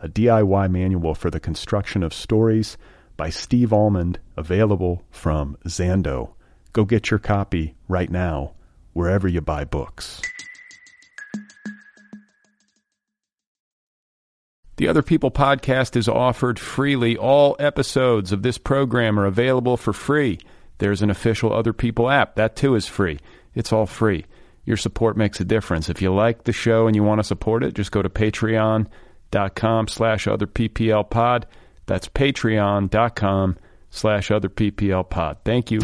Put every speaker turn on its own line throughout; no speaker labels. a DIY manual for the construction of stories by Steve Almond, available from Zando. Go get your copy right now, wherever you buy books.
The Other People podcast is offered freely. All episodes of this program are available for free. There's an official Other People app. That too is free. It's all free. Your support makes a difference. If you like the show and you want to support it, just go to patreon.com slash other PPL pod. That's patreon.com slash other PPL pod. Thank you.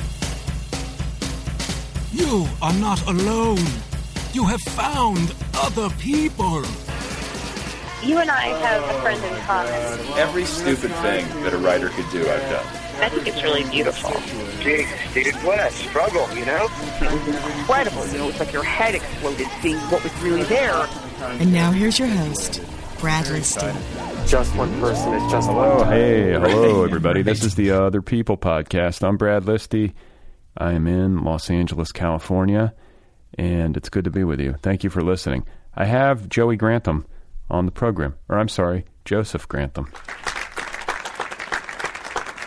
You are not alone. You have found other people.
You and I have a friend in common.
Every stupid thing that a writer could do, I've done.
I think it's really beautiful.
Jesus, dude, what a struggle, you know?
It was incredible. You know, it's like your head exploded seeing what was really there.
And now here's your host, Brad Liston.
Just one person is just one
Oh,
time.
hey, hello, everybody. This is the Other People podcast. I'm Brad Listy. I am in Los Angeles, California, and it's good to be with you. Thank you for listening. I have Joey Grantham on the program, or I'm sorry, Joseph Grantham,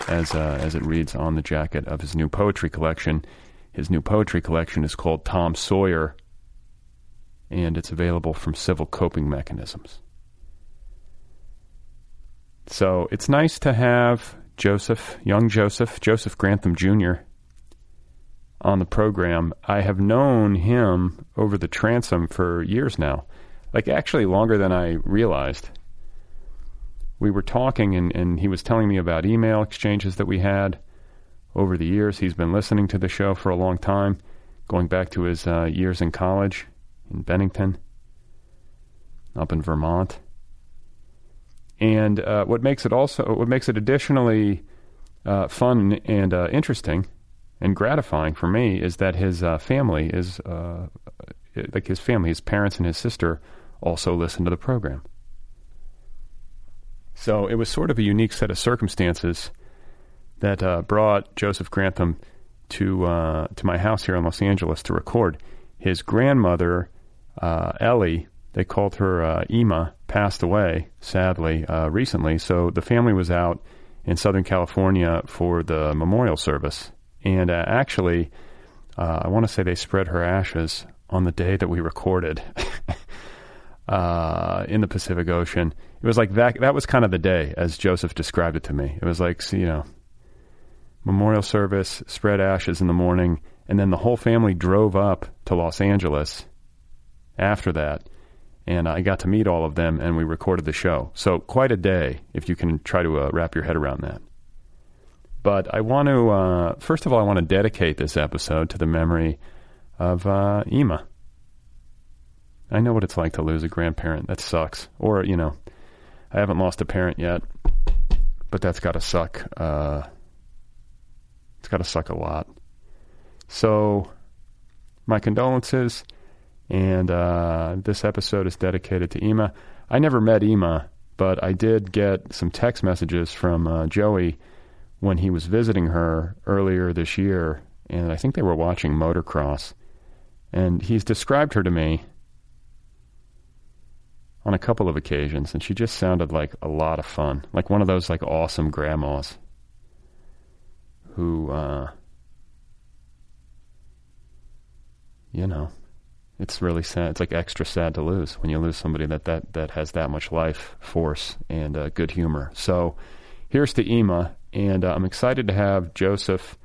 as uh, as it reads on the jacket of his new poetry collection. His new poetry collection is called Tom Sawyer, and it's available from Civil Coping Mechanisms. So it's nice to have Joseph, young Joseph, Joseph Grantham Jr., on the program. I have known him over the transom for years now, like actually longer than I realized. We were talking, and, and he was telling me about email exchanges that we had over the years. He's been listening to the show for a long time, going back to his uh, years in college in Bennington, up in Vermont. And uh, what makes it also what makes it additionally uh, fun and uh, interesting and gratifying for me is that his uh, family is uh, like his family, his parents and his sister also listen to the program. So it was sort of a unique set of circumstances that uh, brought Joseph Grantham to uh, to my house here in Los Angeles to record. His grandmother, uh, Ellie, they called her uh, Ema, passed away sadly uh, recently. So the family was out in Southern California for the memorial service, and uh, actually, uh, I want to say they spread her ashes on the day that we recorded. uh, in the Pacific Ocean. It was like that. That was kind of the day, as Joseph described it to me. It was like so, you know, memorial service, spread ashes in the morning, and then the whole family drove up to Los Angeles after that. And I got to meet all of them, and we recorded the show. So quite a day, if you can try to uh, wrap your head around that. But I want to uh, first of all, I want to dedicate this episode to the memory of uh, Ema. I know what it's like to lose a grandparent. That sucks. Or, you know, I haven't lost a parent yet, but that's got to suck. Uh, it's got to suck a lot. So, my condolences. And uh, this episode is dedicated to Ema. I never met Ema, but I did get some text messages from uh, Joey when he was visiting her earlier this year. And I think they were watching motocross. And he's described her to me on a couple of occasions, and she just sounded like a lot of fun, like one of those like awesome grandmas who, uh, you know, it's really sad. It's like extra sad to lose when you lose somebody that that that has that much life force and uh, good humor. So, here's to Ema and uh, I'm excited to have Joseph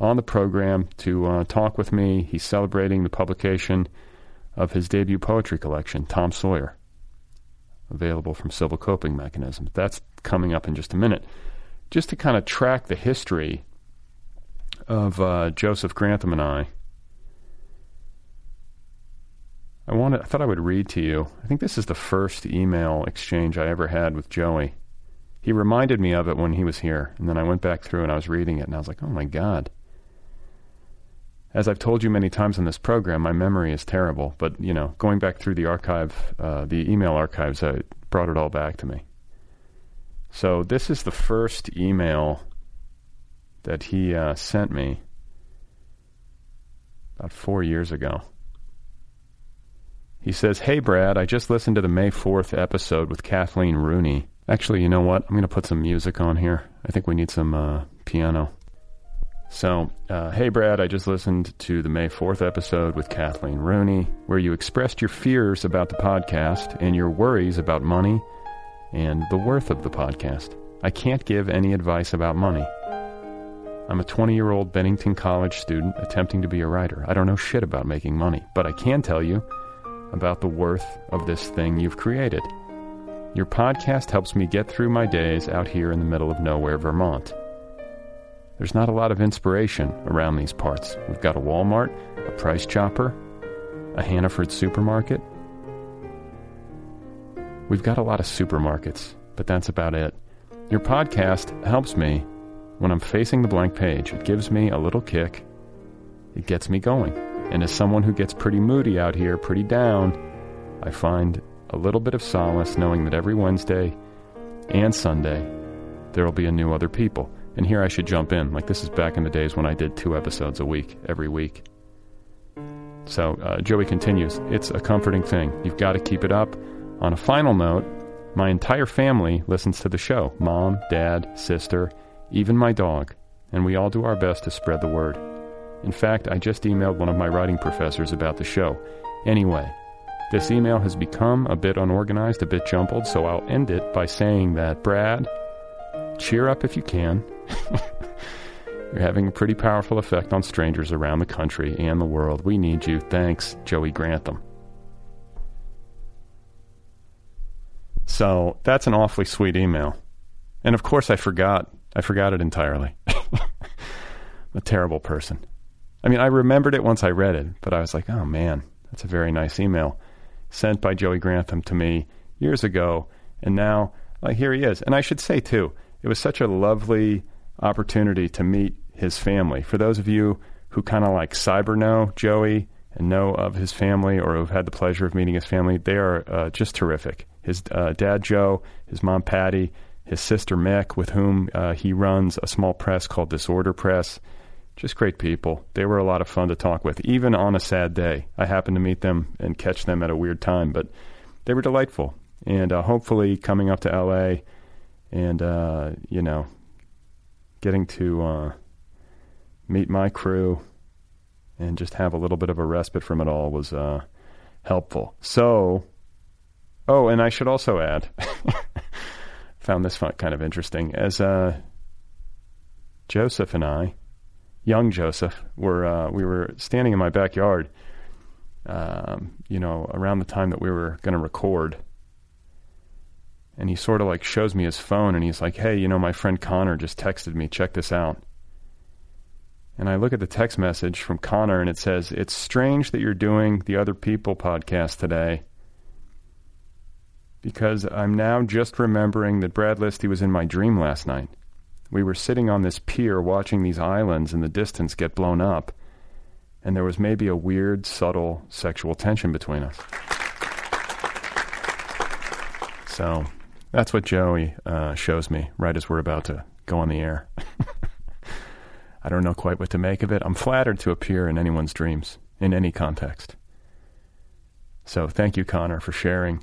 on the program to uh, talk with me. He's celebrating the publication of his debut poetry collection, Tom Sawyer, available from Civil Coping Mechanisms. That's coming up in just a minute. Just to kind of track the history of uh, Joseph Grantham and I, I wanted, I thought I would read to you. I think this is the first email exchange I ever had with Joey. He reminded me of it when he was here, and then I went back through and I was reading it, and I was like, oh my God. As I've told you many times on this program, my memory is terrible, but you know, going back through the archive, uh, the email archives, I brought it all back to me. So this is the first email that he uh, sent me about four years ago. He says, Hey, Brad, I just listened to the May 4th episode with Kathleen Rooney. Actually, you know what? I'm going to put some music on here. I think we need some uh, piano. So, uh, hey, Brad, I just listened to the May 4th episode with Kathleen Rooney, where you expressed your fears about the podcast and your worries about money and the worth of the podcast. I can't give any advice about money. I'm a 20 year old Bennington College student attempting to be a writer. I don't know shit about making money, but I can tell you about the worth of this thing you've created. Your podcast helps me get through my days out here in the middle of nowhere, Vermont. There's not a lot of inspiration around these parts. We've got a Walmart, a Price Chopper, a Hannaford supermarket. We've got a lot of supermarkets, but that's about it. Your podcast helps me when I'm facing the blank page. It gives me a little kick, it gets me going. And as someone who gets pretty moody out here, pretty down, I find a little bit of solace knowing that every Wednesday and Sunday there will be a new other people. And here I should jump in. Like, this is back in the days when I did two episodes a week, every week. So, uh, Joey continues It's a comforting thing. You've got to keep it up. On a final note, my entire family listens to the show mom, dad, sister, even my dog. And we all do our best to spread the word. In fact, I just emailed one of my writing professors about the show. Anyway, this email has become a bit unorganized, a bit jumbled, so I'll end it by saying that, Brad, cheer up if you can. You're having a pretty powerful effect on strangers around the country and the world. We need you. Thanks, Joey Grantham. So that's an awfully sweet email. And of course, I forgot. I forgot it entirely. a terrible person. I mean, I remembered it once I read it, but I was like, oh man, that's a very nice email sent by Joey Grantham to me years ago. And now, like, here he is. And I should say, too, it was such a lovely opportunity to meet his family. For those of you who kind of like cyber know Joey and know of his family or have had the pleasure of meeting his family, they are uh, just terrific. His uh, dad, Joe, his mom, Patty, his sister, Mick, with whom uh, he runs a small press called Disorder Press just great people. They were a lot of fun to talk with, even on a sad day. I happened to meet them and catch them at a weird time, but they were delightful. And uh, hopefully, coming up to LA and, uh, you know, getting to uh, meet my crew and just have a little bit of a respite from it all was uh, helpful. So, oh, and I should also add, found this fun- kind of interesting. As uh, Joseph and I, young Joseph were uh, we were standing in my backyard, um, you know, around the time that we were going to record. And he sort of like shows me his phone and he's like, "Hey, you know, my friend Connor just texted me. Check this out." And I look at the text message from Connor and it says, "It's strange that you're doing the Other People podcast today." Because I'm now just remembering that Brad Listy was in my dream last night. We were sitting on this pier watching these islands in the distance get blown up, and there was maybe a weird, subtle sexual tension between us. So that's what Joey uh, shows me right as we're about to go on the air. I don't know quite what to make of it. I'm flattered to appear in anyone's dreams, in any context. So thank you, Connor, for sharing.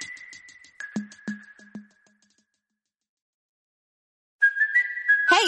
Hey,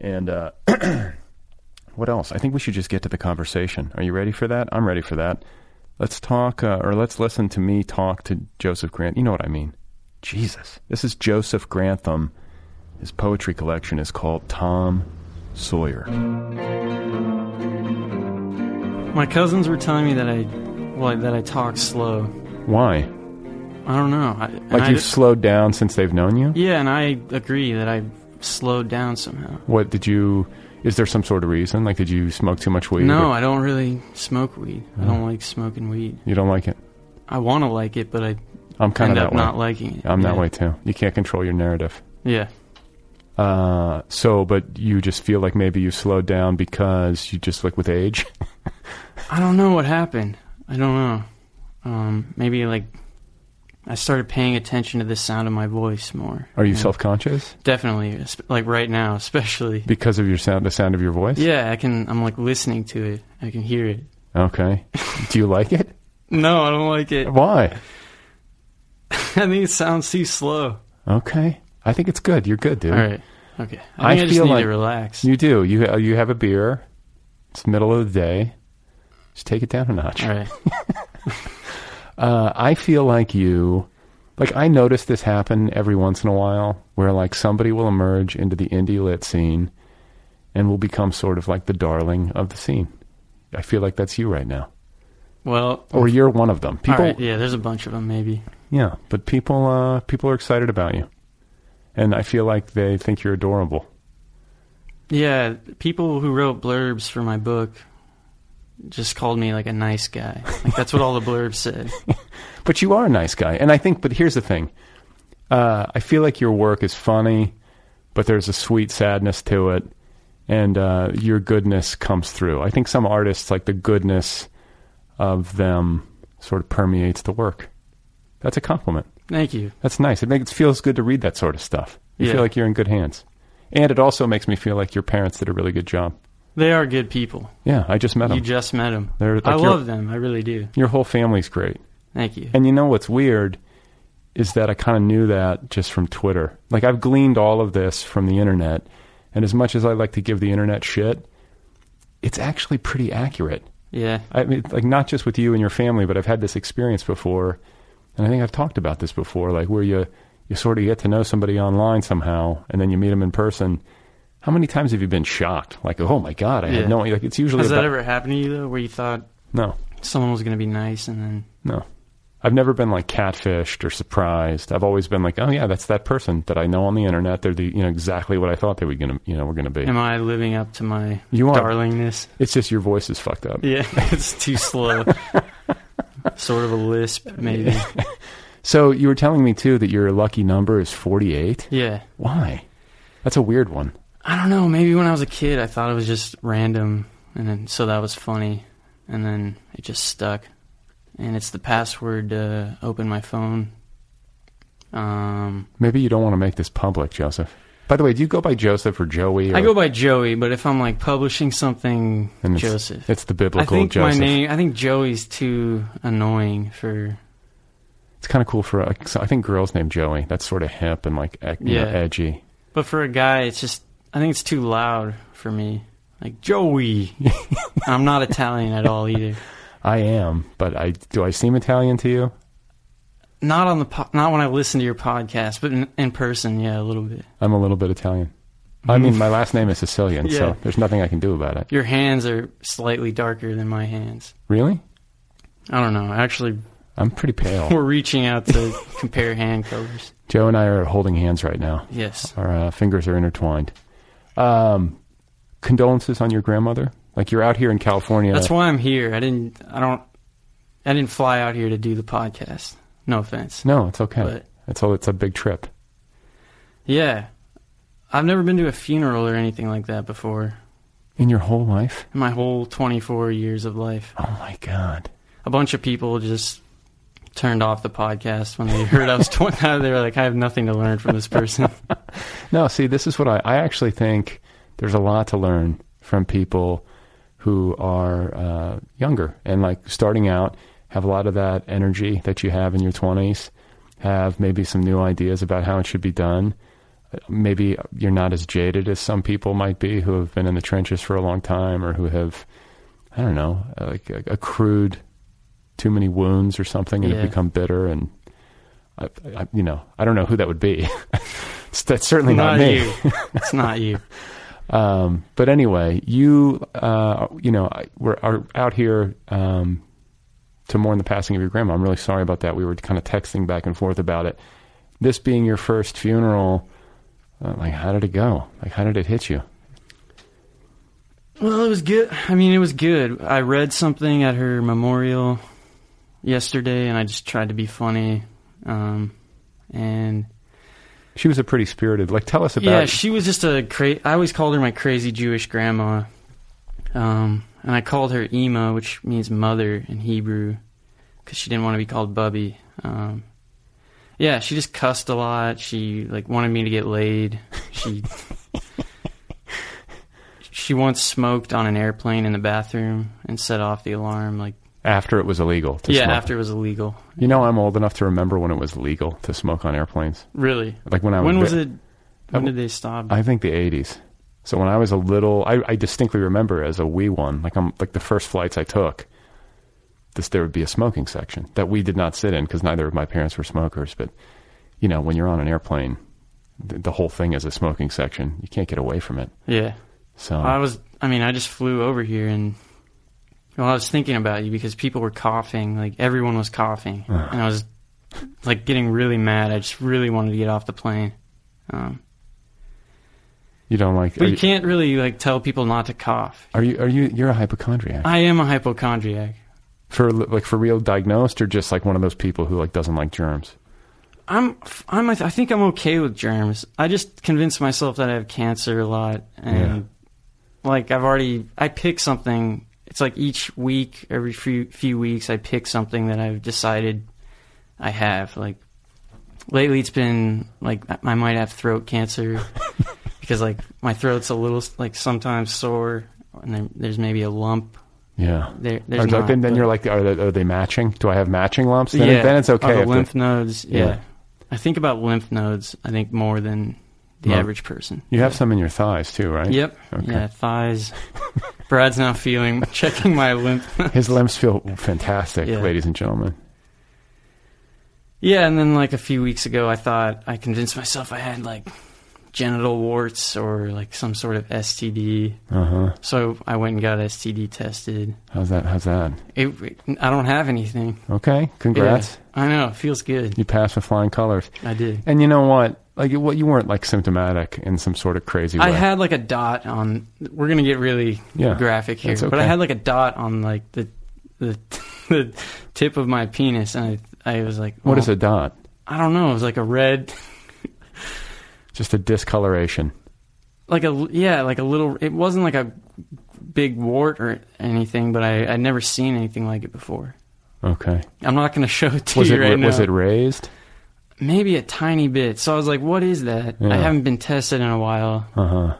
And uh, what else? I think we should just get to the conversation. Are you ready for that? I'm ready for that. Let's talk, uh, or let's listen to me talk to Joseph Grant. You know what I mean? Jesus. This is Joseph Grantham. His poetry collection is called Tom Sawyer.
My cousins were telling me that I, well, that I talk slow.
Why?
I don't know. I,
Like you've slowed down since they've known you?
yeah, and I agree that I slowed down somehow.
What did you? Is there some sort of reason? Like, did you Uh-huh. smoke too much weed?
no,
or-
I don't really smoke weed. I don't like smoking weed.
you don't like it.
I want to like it, but I
I'm kind
end
of
up
that way.
not liking it.
I'm that
Yeah.
way too. You can't control your narrative.
Yeah.
Uh, so, but you just feel like maybe you slowed down because you just like with age.
I don't know what happened. I don't know. Um, maybe like I started paying attention to the sound of my voice more.
Are you
Yeah.
self-conscious
Definitely, esp- like right now, especially.
because of your sound, the sound of your voice?
Yeah, I can. I'm like listening to it. I can hear it.
Okay. Do you like it?
No, I don't like it.
Why?
I think it sounds too slow.
Okay. I think it's good. You're good, dude.
All right. Okay. I think I, just
feel
need
like
to relax.
You do. You ha- you have a beer. It's middle of the day. Just take it down a notch.
All right.
uh, I feel like you, like I notice this happen every once in a while, where like somebody will emerge into the indie lit scene, and will become sort of like the darling of the scene. I feel like that's you right now,
Well,
or you're one of them. People,
all right. Yeah, there's a bunch of them, maybe.
yeah, but people, uh, people are excited about you, and I feel like they think you're adorable.
Yeah, people who wrote blurbs for my book just called me like a nice guy. Like that's what all the blurbs said.
but you are a nice guy, and I think. But here's the thing: uh, I feel like your work is funny, but there's a sweet sadness to it, and uh, your goodness comes through. I think some artists like the goodness of them sort of permeates the work. That's a compliment.
Thank you.
That's nice. It makes it feels good to read that sort of stuff. You
Yeah.
feel like you're in good hands, and it also makes me feel like your parents did a really good job.
They are good people.
Yeah, I just met
You
them.
just met them.
They're like
I
your-
love them. I really do.
your whole family's great.
Thank you.
And you know what's weird is that I kind of knew that just from Twitter. Like I've gleaned all of this from the internet, and as much as I like to give the internet shit, it's actually pretty accurate.
Yeah.
I mean, like not just with you and your family, but I've had this experience before, and I think I've talked about this before, like where you you sort of get to know somebody online somehow, and then you meet them in person. How many times have you been shocked? Like, oh my god, I
Yeah.
had no like. It's usually
Has
about,
that ever happened to you though, where you thought
no.
someone was going to be nice and then
No. I've never been like catfished or surprised. I've always been like, oh yeah, that's that person that I know on the internet. They're the you know exactly what I thought they were gonna you know were gonna be.
am I living up to my
You are.
darlingness?
It's just your voice is fucked up.
Yeah, it's too slow. sort of a lisp, maybe.
So you were telling me too that your lucky number is forty eight.
Yeah.
Why? That's a weird one.
I don't know. Maybe when I was a kid, I thought it was just random, and then so that was funny, and then it just stuck. And it's the password to open my phone. Um,
Maybe you don't want to make this public, Joseph. By the way, do you go by Joseph or Joey? Or,
I go by Joey, but if I'm like publishing something,
And it's-
Joseph.
it's the biblical
I think
Joseph.
my name. I think Joey's too annoying for.
It's kind of cool for. Uh, so I think girls named Joey. That's sort of hip and like ec- you know,
Yeah.
edgy.
But for a guy, it's just. I think it's too loud for me. Like Joey. I'm not Italian at all either.
I am, but I do I seem Italian to you?
Not on the. Po- not when I listen to your podcast, but in, in person, yeah, a little bit.
I'm a little bit Italian. I mean, my last name is Sicilian,
Yeah.
so there's nothing I can do about it.
Your hands are slightly darker than my hands.
Really?
I don't know. Actually,
I'm pretty pale.
we're reaching out to compare hand colors.
Joe and I are holding hands right now.
Yes.
Our uh, fingers are intertwined. Um, condolences on your grandmother. Like you're out here in California.
That's why I'm here. I didn't. I don't. I didn't fly out here to do the podcast. No offense.
No, it's okay.
But-
It's all. It's a big trip.
Yeah, I've never been to a funeral or anything like that before
In your whole life?
in my whole 24 years of life.
Oh my god.
A bunch of people just turned off the podcast when they heard I was 20. they were like, I have nothing to learn from this person.
No, see, this is what I, I actually think there's a lot to learn from people who are uh, younger and like starting out, have a lot of that energy that you have in your 20s, have maybe some new ideas about how it should be done. Uh, Maybe you're not as jaded as some people might be who have been in the trenches for a long time or who have, I don't know, uh, like uh, accrued too many wounds or something and
Yeah.
have become bitter and. I, I, you know, I don't know who that would be. It's- That's certainly not, me.
you. it's not you.
Um, but anyway, you uh, you know I- we're are out here um, to mourn the passing of your grandma. I'm really sorry about that. We were kind of texting back and forth about it. This being your first funeral, uh, like how did it go? Like how did it hit you?
Well, it was good. I mean, it was good. I read something at her memorial yesterday, and I just tried to be funny. Um, and
She was a pretty spirited. Like tell us about.
yeah, she was just a cra- I always called her my crazy Jewish grandma. Um, and I called her Ema, which means mother in Hebrew, because she didn't want to be called Bubby. Um, yeah, she just cussed a lot. She like wanted me to get laid. She she once smoked on an airplane in the bathroom and set off the alarm. Like
after it was illegal. To
yeah,
smoke.
after it was illegal.
You know, I'm old enough to remember when it was legal to smoke on airplanes.
Really?
Like when I
when
was
was
bit-
it? When did they stop?
I think the 80s. So when I was a little, I, I distinctly remember as a wee one, like I'm like the first flights I took, this there would be a smoking section that we did not sit in because neither of my parents were smokers. But you know, when you're on an airplane, the, the whole thing is a smoking section. You can't get away from it.
yeah.
So
I was, I mean, I just flew over here and, well, I was thinking about you because people were coughing, like everyone was coughing, and I was like getting really mad. I just really wanted to get off the plane. Um,
you don't like.
but
are
you
you-
can't really like tell people not to cough.
Are you? Are you? You're a hypochondriac
I am a hypochondriac.
for like for real diagnosed or just like one of those people who like doesn't like germs.
I'm, I'm, I think I'm okay with germs. I just convince myself that I have cancer a lot, and like I've already, I pick something. It's like each week, every few few weeks, I pick something that I've decided I have. Like lately, it's been like I- I might have throat cancer because like my throat's a little like sometimes sore, and then there's maybe a lump.
Yeah.
There,
Or
there's
like,
not,
then, then
but-
you're like, are they, are they matching? Do I have matching lumps? Then, then it's okay.
Oh, the
if they-
lymph nodes. Yeah.
Yeah.
I think about lymph nodes. I think more than the
Mo-
average person.
You have some in your thighs too, right?
Yep.
Okay.
Yeah. Thighs. Brad's now feeling checking my lymph. nodes.
His limbs feel fantastic,
Yeah.
ladies and gentlemen.
yeah, and then like a few weeks ago, I thought I convinced myself I had like genital warts or like some sort of STD.
Uh huh.
So I went and got STD tested.
How's that? How's that?
It, I don't have anything.
Okay. Congrats.
Yeah. I know. It feels good.
You passed with flying colors.
I did.
And you know what? Like, what you weren't like symptomatic in some sort of crazy way.
I had like a dot on. We're gonna get really
Yeah,
graphic here,
that's
but I
okay.
had like a dot on like the the, the tip of my penis, and I I was like,
What is
well,
a dot?
I don't know. It was like a red,
Just a discoloration.
like a yeah, like a little. It wasn't like a big wart or anything, but I I'd never seen anything like it before.
Okay.
I'm not gonna show it to
Was
you
it
right now.
was it raised?
maybe a tiny bit. So I was like, what is that?
Yeah.
I haven't been tested in a while.
Uh huh. Are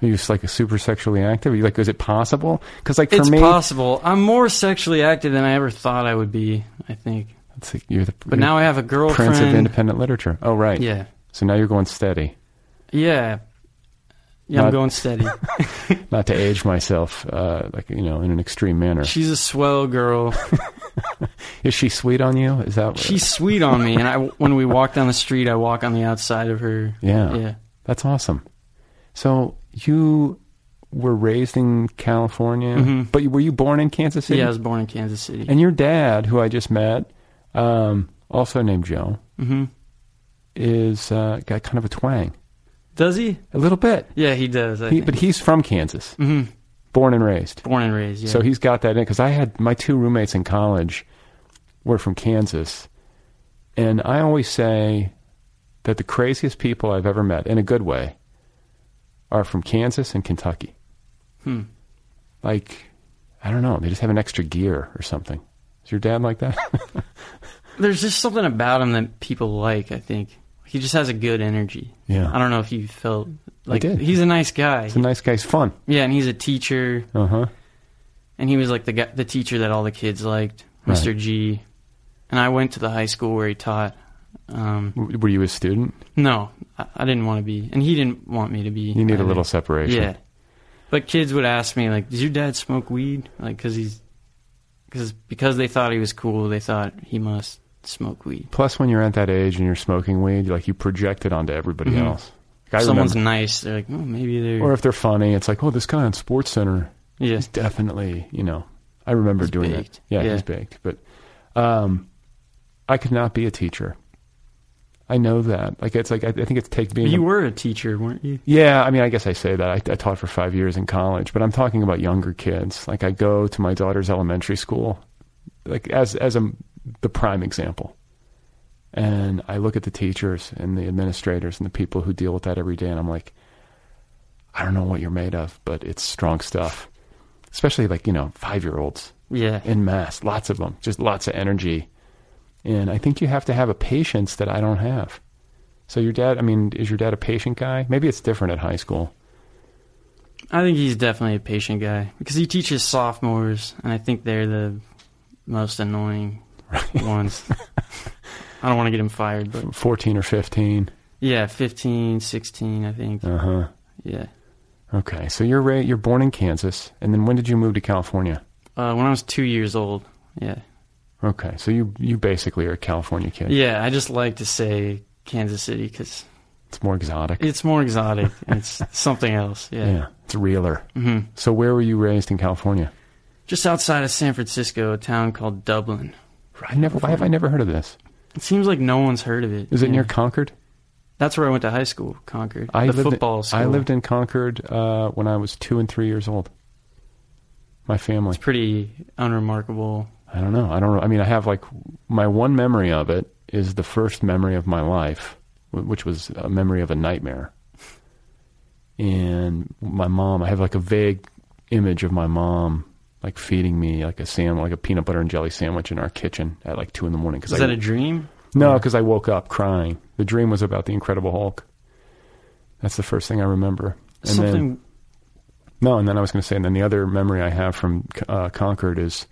you just like a super sexually active? Are you like, is it possible? Because like for
it's
me,
possible. I'm more sexually active than I ever thought I would be, I think.
It's like you're the you're
But now I have a girlfriend.
Prince of independent literature. Oh right.
Yeah.
So now you're going steady.
Yeah. Yeah,
Not-
I'm going steady.
Not to age myself, uh, like you know, in an extreme manner.
She's a swell girl.
Is she sweet on you? Is that what
She's sweet on me, and I when we walk down the street, I walk on the outside of her.
Yeah.
yeah.
That's awesome. So you were raised in California,
Mhm.
but you- were you born in Kansas City?
Yeah, I was born in Kansas City.
And your dad, who I just met, um, also named Joe,
Mhm.
is uh, got kind of a twang.
Does he?
A little bit.
Yeah, he does. I
He,
think.
but he's from Kansas,
Mhm.
born and raised.
born and raised. Yeah.
So he's got that in because I had my two roommates in college were from Kansas, and I always say that the craziest people I've ever met, in a good way, are from Kansas and Kentucky.
Hmm.
Like, I don't know, they just have an extra gear or something. Is your dad like that?
There's just something about him that people like. I think he just has a good energy.
Yeah.
I don't know if you felt
I
like
did.
he's a nice guy.
He's a nice guy. He's fun.
Yeah, and he's a teacher,
Uh huh.
and he was like the guy, the teacher that all the kids liked,
Right.
Mr. G. And I went to the high school where he taught. Um,
Were you a student?
No, I, I didn't want to be, and he didn't want me to be.
You need a
either.
little separation.
Yeah, but kids would ask me like, "Does your dad smoke weed?" Like, because he's because because they thought he was cool, they thought he must smoke weed.
Plus, when you're at that age and you're smoking weed, like you project it onto everybody
Mhm.
else. Like,
If
I
someone's
remember-
nice, they're like, "Oh, maybe they're."
or if they're funny, it's like, oh, this guy on Sports Center
Yeah.
is definitely, you know, I remember
He's
doing
baked.
that. Yeah,
Yeah.
he's baked. But um, I could not be a teacher. I know that. Like, it's like I, I think it's take being.
you
a-
were a teacher, weren't you?
yeah, I mean, I guess I say that. I, I taught for five years in college, but I'm talking about younger kids. Like, I go to my daughter's elementary school, like as as a the prime example. And I look at the teachers and the administrators and the people who deal with that every day, and I'm like, I don't know what you're made of, but it's strong stuff. Especially like you know five year olds,
Yeah.
in mass, lots of them, just lots of energy. And I think you have to have a patience that I don't have. So your dad, I mean, is your dad a patient guy? Maybe it's different at high school.
I think he's definitely a patient guy because he teaches sophomores, and I think they're the most annoying ones. I don't want to get him fired, but
fourteen or fifteen.
yeah, 15, 16, I think.
Uh huh.
Yeah.
Okay, so you're ra- you're born in Kansas, and then when did you move to California?
Uh, when I was two years old. Yeah.
Okay, so you you basically are a California kid.
Yeah, I just like to say Kansas City because
it's more exotic.
it's more exotic. and it's something else. Yeah.
it's realer.
Mhm.
So where were you raised in California?
Just outside of San Francisco, a town called Dublin.
I never. Why have I never heard of this?
It seems like no one's heard of it.
Is it
Yeah.
near Concord?
That's where I went to high school, Concord.
I
the
lived
football
in,
school.
I lived in Concord uh, when I was two and three years old. My family.
It's pretty unremarkable.
I don't know. I don't know. I mean, I have like my one memory of it is the first memory of my life, wh- which was a memory of a nightmare. And my mom, I have like a vague image of my mom like feeding me like a sandwich, like a peanut butter and jelly sandwich in our kitchen at like two in the morning.
Is
I,
that a dream?
No, because I woke up crying. The dream was about the Incredible Hulk. That's the first thing I remember. And then-
Something.
no, and then I was going to say, and then the other memory I have from uh, Concord is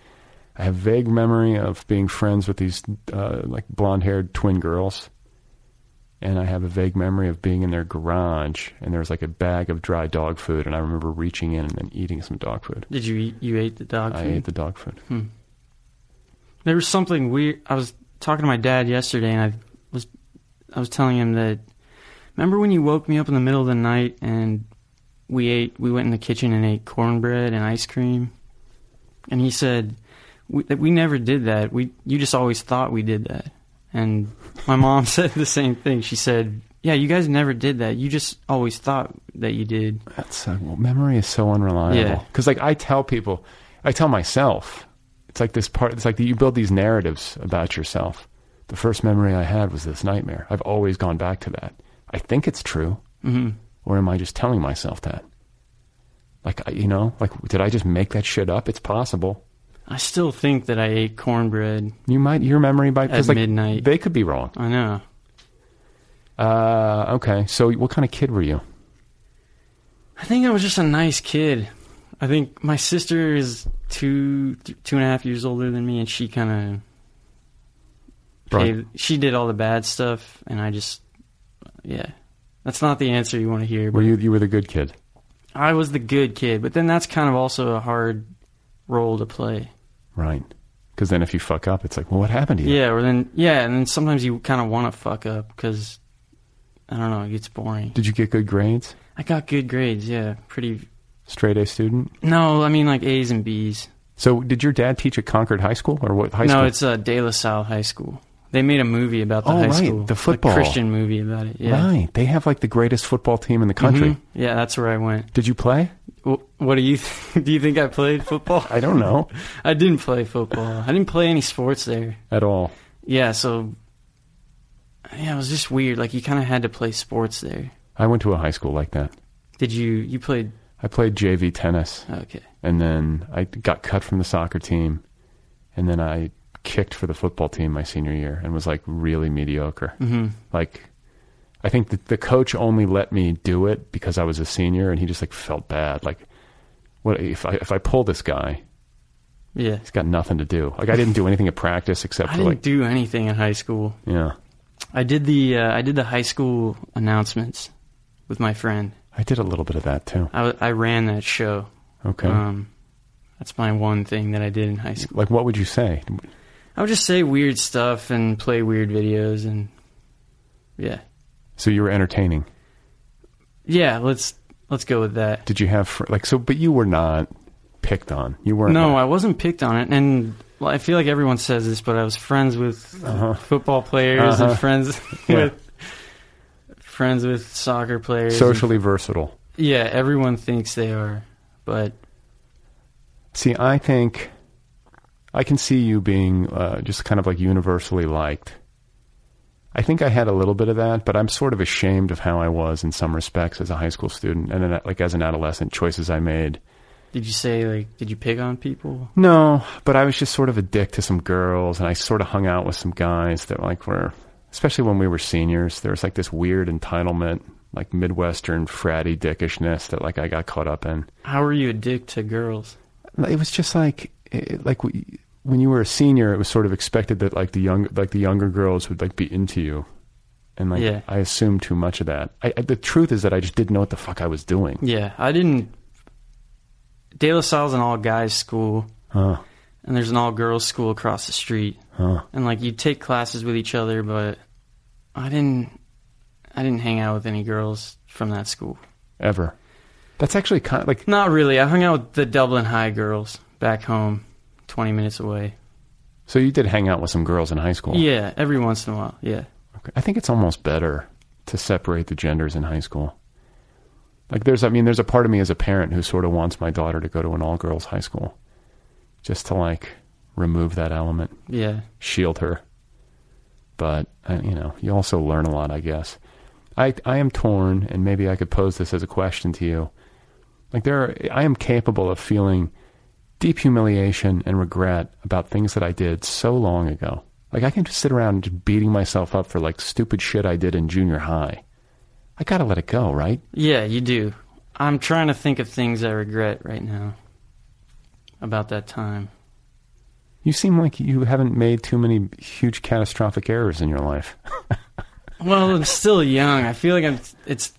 I have vague memory of being friends with these uh, like blonde-haired twin girls, and I have a vague memory of being in their garage, and there was like a bag of dry dog food, and I remember reaching in and then eating some dog food.
Did you eat? You ate the dog
I
food?
ate the dog food.
Hmm. There was something weird. I was talking to my dad yesterday, and I was I was telling him that. Remember when you woke me up in the middle of the night and we ate? We went in the kitchen and ate cornbread and ice cream, and he said we, that we never did that. We you just always thought we did that. And my mom said the same thing. She said, "Yeah, you guys never did that. You just always thought that you did."
That's uh, well, memory is so unreliable.
Yeah.
Because like I tell people, I tell myself, it's like this part. It's like you build these narratives about yourself. The first memory I had was this nightmare. I've always gone back to that. I think it's true,
Mhm.
or am I just telling myself that? Like I- you know, like did I just make that shit up? It's possible.
I still think that I ate cornbread
You might your memory by
at
like
midnight.
they could be wrong.
I know.
Uh, okay. So, what kind of kid were you?
I think I was just a nice kid. I think my sister is two th- two and a half years older than me, and she kind of
Right.
she did all the bad stuff, and I just yeah. That's not the answer you want to hear.
Were you you were the good kid?
I was the good kid, but then that's kind of also a hard role to play.
Right. Because then if you fuck up, it's like, well, what happened to you?
Yeah, or then yeah, and then sometimes you kind of want to fuck up because I don't know, it gets boring.
Did you get good grades?
I got good grades, yeah, pretty.
Straight A student?
No, I mean like A's and B's.
So, did your dad teach at Concord High School or what high
no,
school?
it's uh, De La Salle High School. They made a movie about the
Oh,
high
right,
school,
the football.
Christian movie about it. Yeah,
Right. They have like the greatest football team in the country.
Mhm. Yeah, that's where I went.
Did you play?
Wh- What do you th- do? You think I played football?
I don't know.
I didn't play football. I didn't play any sports there.
At all.
Yeah, so yeah, it was just weird. Like you kind of had to play sports there.
I went to a high school like that.
Did you? You played?
I played JV tennis.
Okay.
And then I got cut from the soccer team. And then I kicked for the football team my senior year and was like really mediocre.
Mhm.
Like, I think that the coach only let me do it because I was a senior and he just like felt bad. Like, what if I, if I pull this guy,
Yeah,
he's got nothing to do. Like, I didn't do anything at practice except
I
for
didn't
like,
do anything in high school.
yeah.
I did the uh, I did the high school announcements with my friend.
I did a little bit of that too.
I, I ran that show.
Okay.
Um, that's my one thing that I did in high school.
Like, what would you say?
I would just say weird stuff and play weird videos and yeah,
So you were entertaining.
yeah. Let's let's go with that.
Did you have fr- like so? But you were not picked on. You weren't.
No,
like-
I wasn't picked on it, and well, I feel like everyone says this, but I was friends with football players
Uh-huh.
and friends
Yeah.
with friends with soccer players. and-
socially versatile.
yeah, everyone thinks they are, but
See, I think I can see you being uh, just kind of like universally liked. I think I had a little bit of that, but I'm sort of ashamed of how I was in some respects as a high school student and then like as an adolescent, choices I made.
did you say like did you pick on people?
No, but I was just sort of a dick to some girls, and I sort of hung out with some guys that like were, especially when we were seniors. There was like this weird entitlement, like midwestern fratty dickishness that like I got caught up in.
How were you a dick to girls?
It was just like, it, like we, when you were a senior, it was sort of expected that like the young, like the younger girls would like be into you, and like
Yeah.
I assumed too much of that. I, I, the truth is that I just didn't know what the fuck I was doing.
Yeah, I didn't. De La Salle's an all guys school,
Huh.
and there's an all girls school across the street.
Huh.
And like you take classes with each other, but I didn't. I didn't hang out with any girls from that school.
Ever. That's actually kind of like
Not really. I hung out with the Dublin High girls back home, twenty minutes away.
so. You did hang out with some girls in high school.
Yeah, every once in a while. Yeah.
Okay. I think it's almost better to separate the genders in high school. Like there's I mean there's a part of me as a parent who sort of wants my daughter to go to an all girls high school just to like remove that element,
Yeah.
shield her. But I, you know, you also learn a lot, I guess. I I am torn and maybe I could pose this as a question to you. Like there are, I am capable of feeling deep humiliation and regret about things that I did so long ago. Like I can just sit around just beating myself up for like stupid shit I did in junior high. I gotta let it go, right?
Yeah, you do. I'm trying to think of things I regret right now about that time.
You seem like you haven't made too many huge catastrophic errors in your life.
Well, I'm still young. I feel like I'm. It's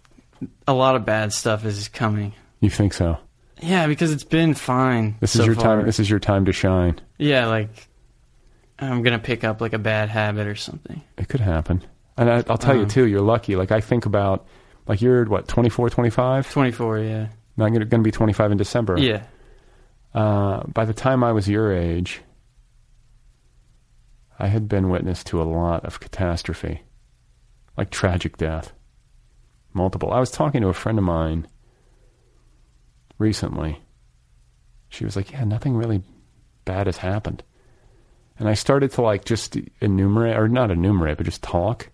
a lot of bad stuff is coming.
You think so?
Yeah, because it's been fine.
This
so
is your
far.
time. This is your time to shine.
Yeah, like I'm gonna pick up like a bad habit or something.
It could happen. And I, I'll tell you
Um.
too. You're lucky. Like I think about, like you're what 24, 25.
24, yeah,
Now I'm going to be 25 in December.
yeah.
Uh, by the time I was your age, I had been witness to a lot of catastrophe, like tragic death, multiple. I was talking to a friend of mine recently. She was like, "Yeah, nothing really bad has happened," and I started to like just enumerate, or not enumerate, but just talk,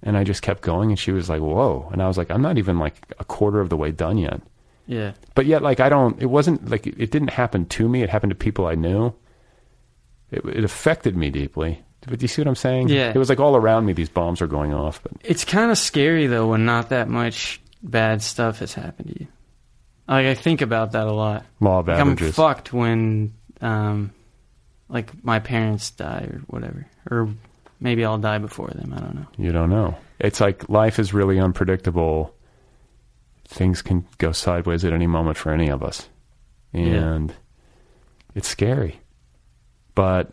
and I just kept going. And she was like, "Whoa!" And I was like, "I'm not even like a quarter of the way done yet."
Yeah.
but yet like i don't it wasn't like it didn't happen to me it happened to people i knew it, it affected me deeply But do you see what I'm saying?
Yeah.
It was like all around me, these bombs are going off. But
It's kind of scary though when not that much bad stuff has happened to you. Like I think about that a lot.
Law of
like, I'm
averages.
fucked when, um, like my parents die or whatever, or maybe I'll die before them. I don't know.
you don't know. It's like life is really unpredictable. Things can go sideways at any moment for any of us. And it's scary. But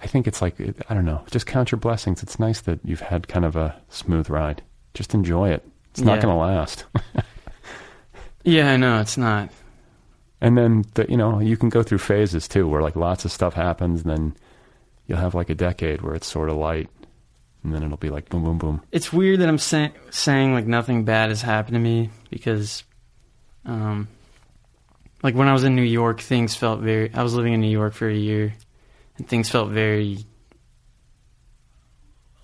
I think it's like, it- I don't know, just count your blessings. It's nice that you've had kind of a smooth ride. Just enjoy it. It's not
Yeah.
going to last.
Yeah, I know it's not.
And then the, you know you can go through phases too, where like lots of stuff happens. Then you'll have like a decade where it's sort of light, and then it'll be like boom, boom, boom.
It's weird that I'm say- saying like nothing bad has happened to me because, um, like when I was in New York, things felt very. I was living in New York for a year, and things felt very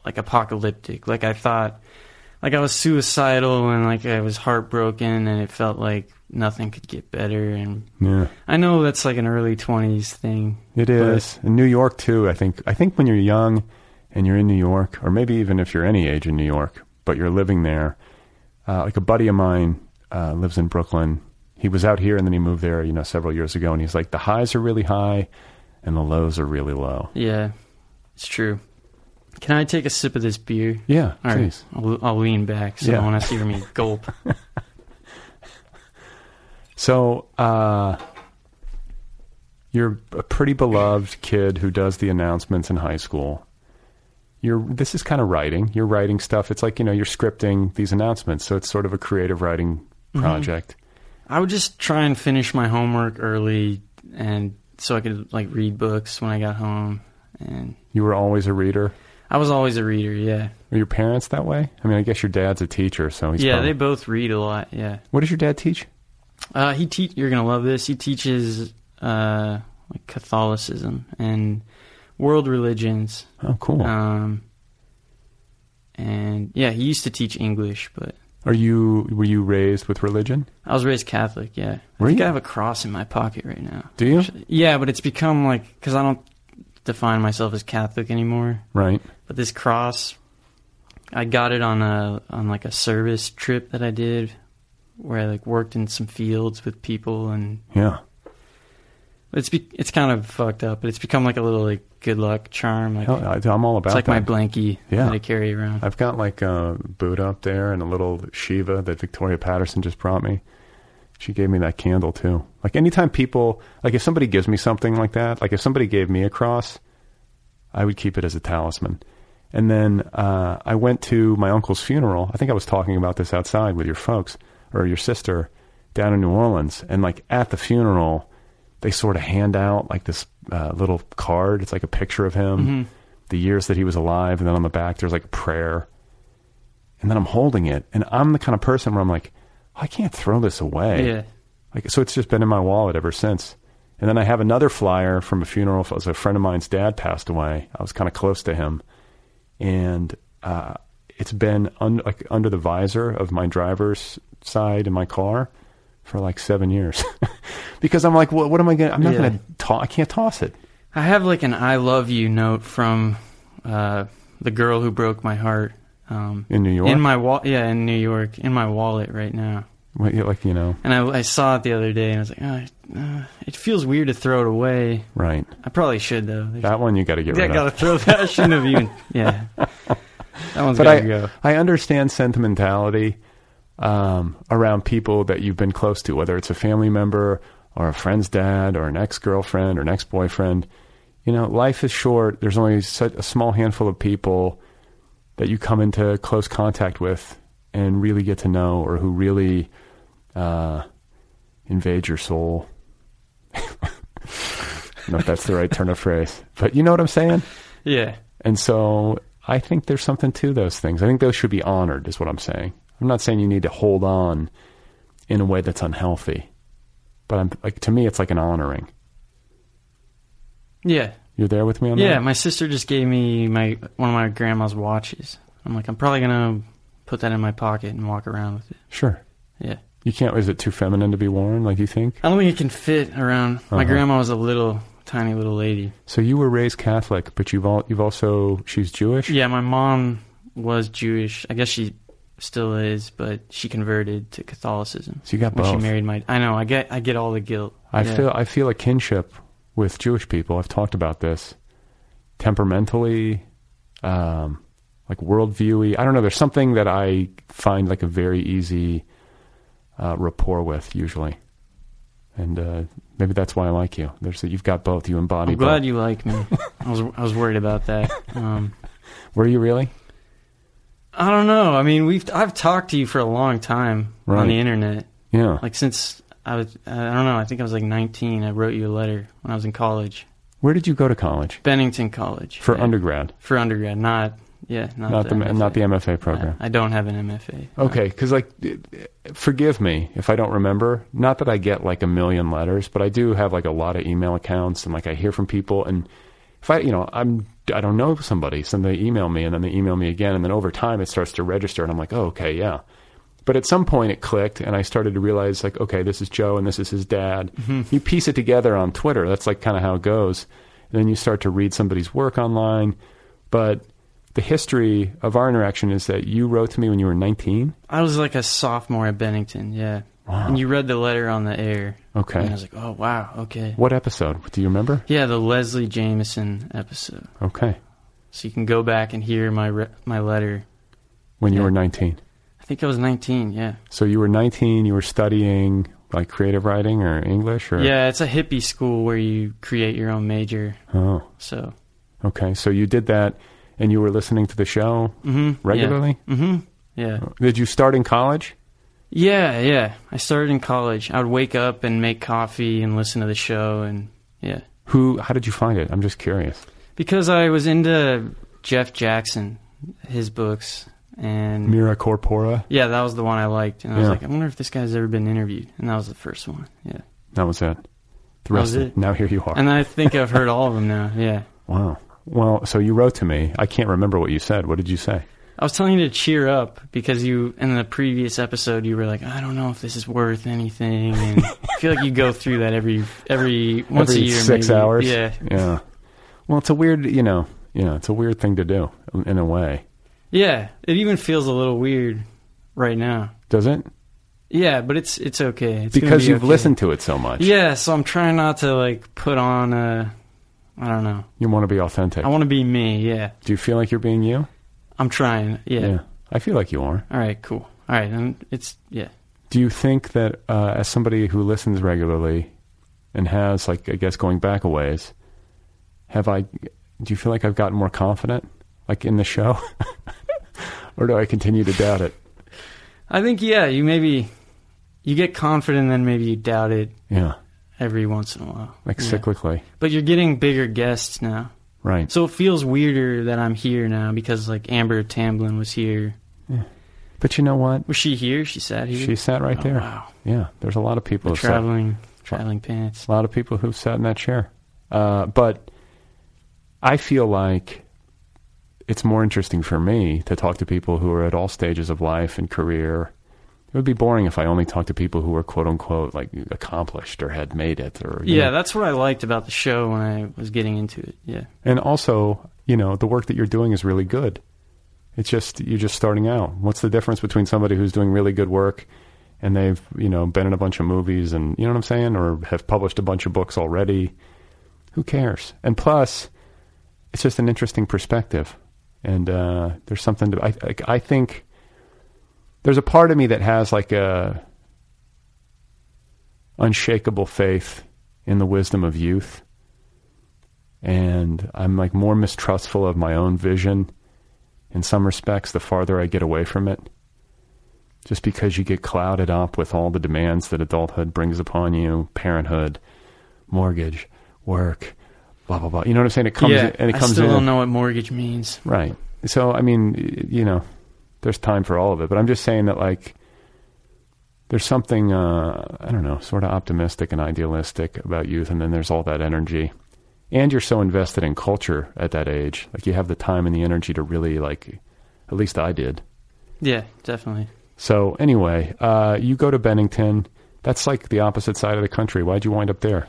like apocalyptic. Like I thought, like I was suicidal and like I was heartbroken, and it felt like nothing could get better. And
Yeah.
I know that's like an early twenties thing.
It is in New York too. I think I think when you're young and you're in New York, or maybe even if you're any age in New York, but you're living there. Uh, like a buddy of mine uh, lives in Brooklyn. He was out here and then he moved there, you know, several years ago. And he's like, the highs are really high, and the lows are really low.
Yeah, it's true. Can I take a sip of this beer?
Yeah,
All right.
please.
I'll, I'll lean back so
Yeah.
no one has to hear me gulp.
So, uh, you're a pretty beloved kid who does the announcements in high school. You're this is kind of writing. You're writing stuff. It's like you know you're scripting these announcements, so it's sort of a creative writing
Mhm.
project.
I would just try and finish my homework early, and so I could like read books when I got home. And
You were always a reader.
I was always a reader. Yeah,
Were your parents that way? I mean, I guess your dad's a teacher, so he's
yeah.
probably-
They both read a lot. Yeah.
What does your dad teach?
Uh, he te- You're gonna love this. He teaches uh, like Catholicism and world religions.
Oh, cool.
Um, and yeah, he used to teach English, but
Are you were you raised with religion?
I was raised Catholic. Yeah,
Were
I think
you?
I have a cross in my pocket right now.
Do you?
Yeah, but it's become like because I don't define myself as Catholic anymore.
Right.
But this cross, I got it on a on like a service trip that I did, where I like worked in some fields with people, and
Yeah.
it's be, it's kind of fucked up, but it's become like a little like good luck charm. Like
Hell, I- I'm all about
It's like my
that.
blankie
Yeah.
that I carry around.
I've got like a Buddha up there and a little Shiva that Victoria Patterson just brought me. She gave me that candle too. Like anytime people, like if somebody gives me something like that, like if somebody gave me a cross, I would keep it as a talisman. And then uh, I went to my uncle's funeral. I think I was talking about this outside with your folks or your sister down in New Orleans. And like at the funeral, they sort of hand out like this uh, little card. It's like a picture of him,
Mhm.
the years that he was alive. And then on the back, there's like a prayer. And then I'm holding it. And I'm the kind of person where I'm like, I can't throw this away.
Yeah.
Like so, it's just been in my wallet ever since. And then I have another flyer from a funeral. It was a friend of mine's dad passed away. I was kind of close to him, and uh, it's been un- like under the visor of my driver's side in my car for like seven years, because I'm like, well, what am I going? to I'm not
Yeah.
going to toss. I can't toss it.
I have like an "I love you" note from uh, the girl who broke my heart um,
In New York?
In my wa- yeah, in New York, in my wallet right now.
Like like, you know,
And I, I saw it the other day, and I was like, oh, uh, it feels weird to throw it away.
right?
I probably should though.
That one you got to get
Yeah,
rid
gotta
of.
throw that. I shouldn't have even. Yeah, that one's
but
gotta
I,
go.
I understand sentimentality um, around people that you've been close to, whether it's a family member or a friend's dad or an ex girlfriend or an ex boyfriend. You know, life is short. There's only such a small handful of people that you come into close contact with and really get to know, or who really uh, invade your soul. I don't know if that's the right turn of phrase, but you know what I'm saying.
Yeah.
And so I think there's something to those things. I think those should be honored, is what I'm saying. I'm not saying you need to hold on in a way that's unhealthy, but I'm like to me, it's like an honoring.
Yeah,
You're there with me on
yeah.
that?
My sister just gave me my one of my grandma's watches. I'm like, I'm probably gonna put that in my pocket and walk around with it.
Sure.
Yeah.
You can't. Is it too feminine to be worn? Like you think?
I don't think it can fit around. My
Uh-huh.
grandma was a little tiny little lady.
So you were raised Catholic, but you've all you've also she's Jewish.
Yeah, my mom was Jewish. I guess she still is, but she converted to Catholicism.
So you got
when
both.
she married my. I know. I get. I get all the guilt.
I
Yeah.
feel I feel a kinship with Jewish people. I've talked about this temperamentally, um, like worldviewy. I don't know. There's something that I find like a very easy uh, rapport with usually, and uh, maybe that's why I like you. There's you've got both. You embody.
I'm glad
both.
you like me. I was. I was worried about that. Um,
Were you really?
I don't know. I mean, we've. I've talked to you for a long time
Right.
on the internet.
Yeah.
Like since I was. I don't know. I think I was like 19. I wrote you a letter when I was in college.
Where did you go to college?
Bennington College
For
yeah.
undergrad.
For undergrad, not. Yeah, not,
Not, the
MFA.
not the MFA program.
I don't have an MFA.
Okay, because like, forgive me if I don't remember. Not that I get like a million letters, but I do have like a lot of email accounts, and like I hear from people. And if I, you know, I'm I don't know somebody, so they email me, and then they email me again, and then over time it starts to register, and I'm like, oh, okay, yeah. But at some point it clicked, and I started to realize like, okay, this is Joe, and this is his dad.
Mhm.
You piece it together on Twitter. That's like kind of how it goes. And then you start to read somebody's work online, but. The history of our interaction is that you wrote to me when you were 19.
I was like a sophomore at Bennington, yeah.
Wow.
And you read the letter on the air.
Okay.
And I was like, oh, wow, okay.
What episode? Do you remember?
Yeah, the Leslie Jameson episode.
Okay.
So you can go back and hear my re- my letter.
When you were 19.
I think I was 19, yeah.
So you were 19, you were studying like creative writing or English or
Yeah, it's a hippie school where you create your own major.
Oh.
So,
Okay. So you did that and you were listening to the show
Mhm, yeah.
regularly?
Mhm, yeah.
Did you start in college?
yeah, yeah. I started in college. I would wake up and make coffee and listen to the show and, yeah.
Who how did you find it? I'm just curious.
Because I was into Jeff Jackson, his books, and
Mira Corpora.
Yeah, that was the one I liked, and I was
Yeah.
like, I wonder if this guy's ever been interviewed, and that was the first one. Yeah,
That was it. The
That
rest
was
of-
it.
now here you are.
and I think I've heard all of them now. Yeah,
Wow. Well, so you wrote to me. I can't remember what you said. What did you say?
I was telling you to cheer up because you in the previous episode you were like, I don't know if this is worth anything, and I feel like you go through that every every once
Every
a year,
six
maybe.
hours.
Yeah,
Yeah. Well, it's a weird, you know, you know, it's a weird thing to do in a way.
yeah. It even feels a little weird right now.
Does it?
Yeah, but it's it's okay. It's gonna
because
be
you've
okay.
listened to it so much.
Yeah, so I'm trying not to like put on a, I don't know.
You want to be authentic.
I want to be me. Yeah,
Do you feel like you're being you?
I'm trying. Yeah.
I feel like you are.
All right. Cool. All right. Then it's yeah.
Do you think that uh, as somebody who listens regularly and has, like, I guess going back a ways, have I, do you feel like I've gotten more confident, like in the show? or do I continue to doubt it?
I think yeah. You maybe you get confident, then maybe you doubt it.
Yeah.
Every once in a while.
Like
Yeah.
cyclically.
But you're getting bigger guests now.
Right.
So it feels weirder that I'm here now because like Amber Tamblyn was here.
But you know what?
Was she here? She sat here.
She sat right
Oh,
there.
Wow.
Yeah. There's a lot of people
The
who sat-
traveling traveling pants.
A lot of people who've sat in that chair. Uh, but I feel like it's more interesting for me to talk to people who are at all stages of life and career. It would be boring if I only talked to people who were quote unquote like accomplished or had made it or you
Yeah,
know.
that's what I liked about the show when I was getting into it. Yeah.
And also, you know, the work that you're doing is really good. It's just you're just starting out. What's the difference between somebody who's doing really good work and they've, you know, been in a bunch of movies and you know what I'm saying or have published a bunch of books already? Who cares? And plus, it's just an interesting perspective. And uh, there's something to I I- I think there's a part of me that has like a unshakable faith in the wisdom of youth and I'm like more mistrustful of my own vision in some respects the farther I get away from it. Just because you get clouded up with all the demands that adulthood brings upon you, parenthood, mortgage, work, blah blah blah. You know what I'm saying? It comes
yeah,
and it comes
I still
in.
don't know what mortgage means.
Right. So I mean, y- you know, there's time for all of it, but I'm just saying that like there's something uh, I don't know, sort of optimistic and idealistic about youth, and then there's all that energy, and you're so invested in culture at that age, like you have the time and the energy to really like, at least I did.
Yeah, definitely.
So anyway, uh, you go to Bennington. That's like the opposite side of the country. Why'd you wind up there?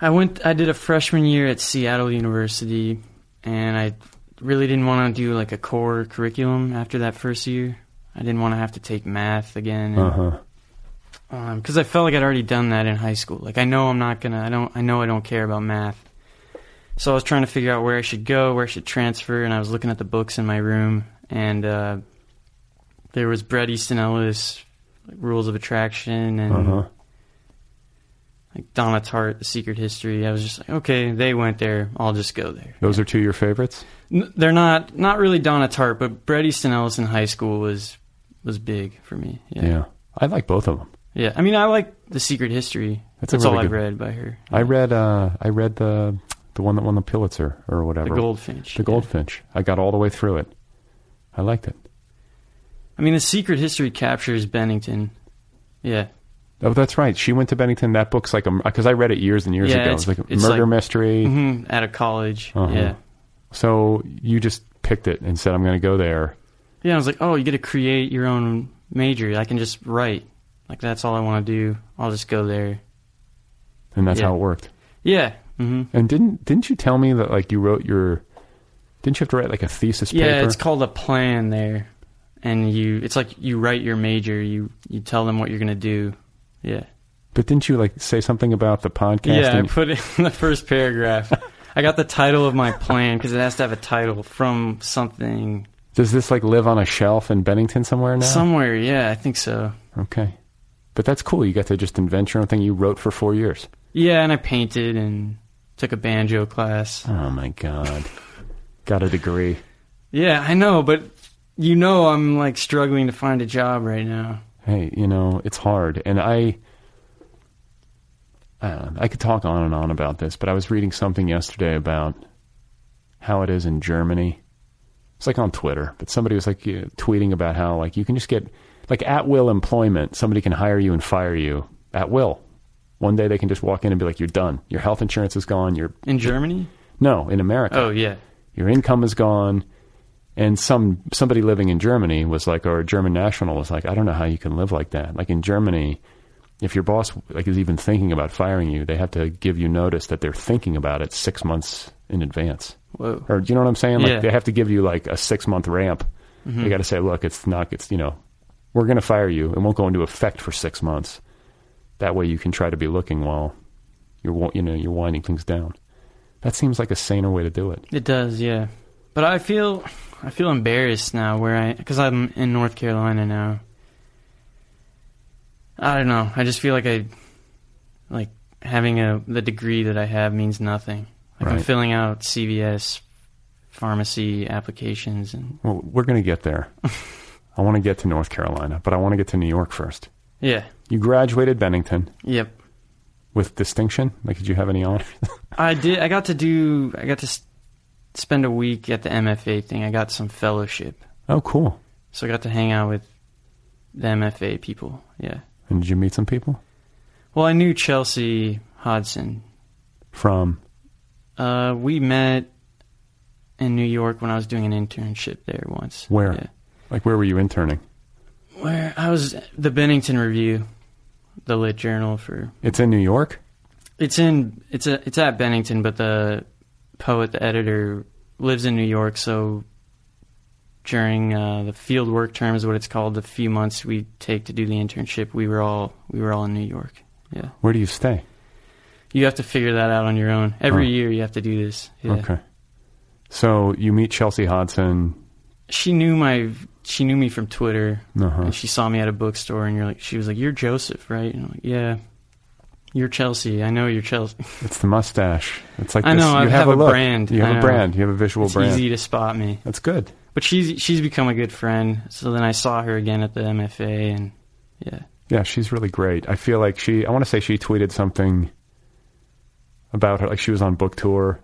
I went. I did a freshman year at Seattle University, and I really didn't want to do like a core curriculum after that first year. I didn't want to have to take math again. and-
Uh-huh.
um, 'cause I felt like I'd already done that in high school. Like I know I'm not gonna. I don't. I know I don't care about math. So I was trying to figure out where I should go, where I should transfer, and I was looking at the books in my room, and uh, there was Bret Easton Ellis, like, Rules of Attraction, and
Uh-huh.
like Donna Tartt, The Secret History. I was just like, okay, they went there. I'll just go there.
Those are two of your favorites?
N- they're not not really Donna Tartt, but Bret Easton Ellis in high school was was big for me. Yeah.
yeah. I like both of them.
Yeah, I mean, I like the Secret History. That's,
That's, a really
all I've
good-
read by her.
I read uh, I read the the one that won the Pulitzer or whatever.
Goldfinch,
The
yeah.
Goldfinch. I got all the way through it. I liked it.
I mean, the Secret History captures Bennington. Yeah,
Oh, that's right. She went to Bennington. That book's like a because I read it years and years
yeah,
ago. It's, like a murder mystery.
mhm, out of college.
Mm-hmm. Uh-huh.
Yeah,
So you just picked it and said, "I'm going to go there."
yeah. I was like, oh, you get to create your own major. I can just write. Like that's all I want to do. I'll just go there.
and that's
Yeah.
how it worked.
Yeah. hmm
And didn't didn't you tell me that like you wrote your didn't you have to write like a thesis
yeah,
paper?
it's called a plan there, and you. It's like you write your major. You you tell them what you're gonna do. Yeah.
but didn't you like say something about the podcast?
Yeah, I
and-
put it in the first paragraph. I got the title of my plan because it has to have a title from something
does this like live on a shelf in Bennington somewhere now?
somewhere. Yeah, I think so.
okay, but that's cool. You got to just invent your own thing. You wrote for four years.
Yeah, and I painted and took a banjo class.
Oh my god, got a degree.
Yeah, I know, but you know, I'm like struggling to find a job right now.
hey, you know, it's hard. And I, I, don't know, I could talk on and on about this, but I was reading something yesterday about how it is in Germany. It's like on Twitter, but somebody was like yeah, tweeting about how like you can just get like at will employment. Somebody can hire you and fire you at will. One day they can just walk in and be like, "You're done. Your health insurance is gone. You're
In Germany?
no in America."
Oh yeah,
your income is gone. And some somebody living in Germany was like, or a German national was like, I don't know how you can live like that. Like in Germany, if your boss like is even thinking about firing you, they have to give you notice that they're thinking about it six months in advance.
Whoa.
Or do you know what I'm saying? Like
Yeah.
they have to give you like a six month ramp.
Mhm.
They got to say, look, it's not, it's you know, we're going to fire you. It won't go into effect for six months. That way you can try to be looking while you're wa- you know you're winding things down. That seems like a saner way to do it.
it does. Yeah, but I feel I feel embarrassed now where I because I'm in North Carolina now. I don't know. I just feel like I like having a the degree that I have means nothing. Like I'm
Right.
filling out CVS pharmacy applications and
Well, we're going to get there. I want to get to North Carolina, but I want to get to New York first.
yeah,
You graduated Bennington
yep.
with distinction. Like, did you have any honors?
I did. I got to do. I got to s- spend a week at the MFA thing. I got some fellowship,
oh, cool.
so I got to hang out with the MFA people. Yeah.
And did you meet some people
Well, I knew Chelsea Hodson.
from?
Uh, we met in New York when I was doing an internship there once.
Where?
Yeah.
Like, where were you interning?
Where I was the Bennington Review, the lit journal for.
It's in New York.
It's in. It's a. It's at Bennington, but the poet, the editor, lives in New York, so. During uh, the field work term is what it's called. The few months we take to do the internship, we were all we were all in New York. Yeah,
Where do you stay?
you have to figure that out on your own. Every
Oh.
year you have to do this. Yeah.
Okay. So you meet Chelsea Hodson.
she knew my she knew me from Twitter,
Uh-huh.
and she saw me at a bookstore, and you're like, she was like, "You're Joseph, right?" And I'm like, "Yeah, you're Chelsea. I know you're Chelsea."
It's the mustache. It's like
I
this-
know.
You
I have, a
look.
brand.
You
I
have a
know.
brand. You have a visual
It's
brand.
Easy to spot me.
That's good.
But she's she's become a good friend. So then I saw her again at the MFA, and yeah,
Yeah, she's really great. I feel like she I want to say she tweeted something about her like she was on book tour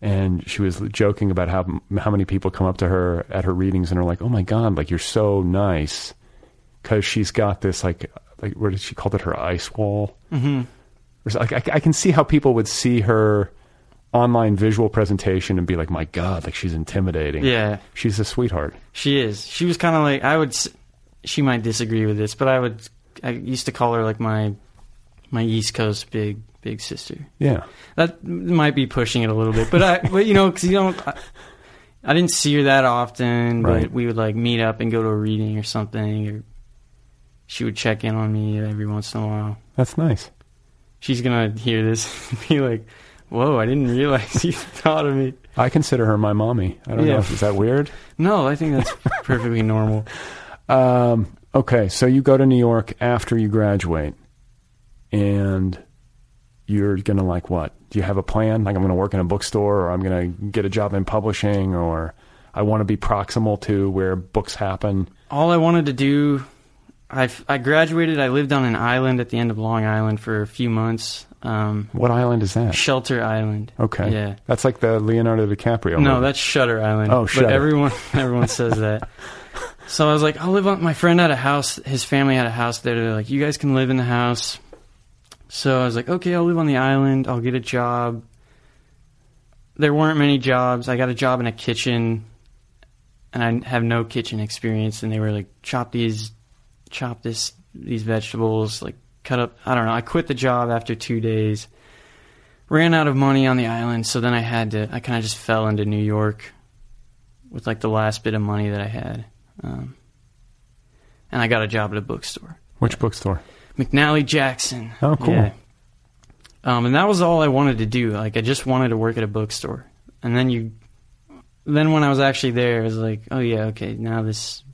and she was joking about how how many people come up to her at her readings and are like, "Oh my god, like you're so nice." Cuz she's got this like like what did she call it her ice wall?
Mhm.
Or so- like I, I can see how people would see her online visual presentation and be like, "My god, like she's intimidating."
Yeah.
She's a sweetheart.
she is. She was kind of like I would. s- She might disagree with this, but I would. I used to call her like my my East Coast big big sister.
Yeah.
That might be pushing it a little bit, but I, but you know, because you don't, I, I didn't see her that often. But
Right.
we would like meet up and go to a reading or something, or she would check in on me every once in a while.
That's nice.
She's gonna hear this and be like, "Whoa, I didn't realize you thought of me."
I consider her my mommy. I don't
Yeah.
know. Is that weird?
No, I think that's perfectly normal.
Um, okay, so you go to New York after you graduate, and you're gonna like what? Do you have a plan? Like I'm gonna work in a bookstore, or I'm gonna get a job in publishing, or I want to be proximal to where books happen.
all I wanted to do, I I graduated. I lived on an island at the end of Long Island for a few months. Um,
What island is that?
Shelter Island.
Okay,
Yeah.
that's like the Leonardo DiCaprio.
No,
movie.
that's Shutter Island.
Oh, Shutter.
But everyone everyone says that. So I was like, I'll live on. My friend had a house. His family had a house there. They're like, you guys can live in the house. So I was like, okay, I'll live on the island. I'll get a job. There weren't many jobs. I got a job in a kitchen, and I have no kitchen experience. And they were like, chop these, chop this, these vegetables, like cut up. I don't know. I quit the job after two days ran out of money on the island, so then I had to. I kind of just fell into New York with like the last bit of money that I had, um, and I got a job at a bookstore,
which bookstore?
McNally Jackson.
Oh, cool.
Um, and that was all I wanted to do. Like I just wanted to work at a bookstore, and then you, then when I was actually there, it was like, oh yeah, okay, now this,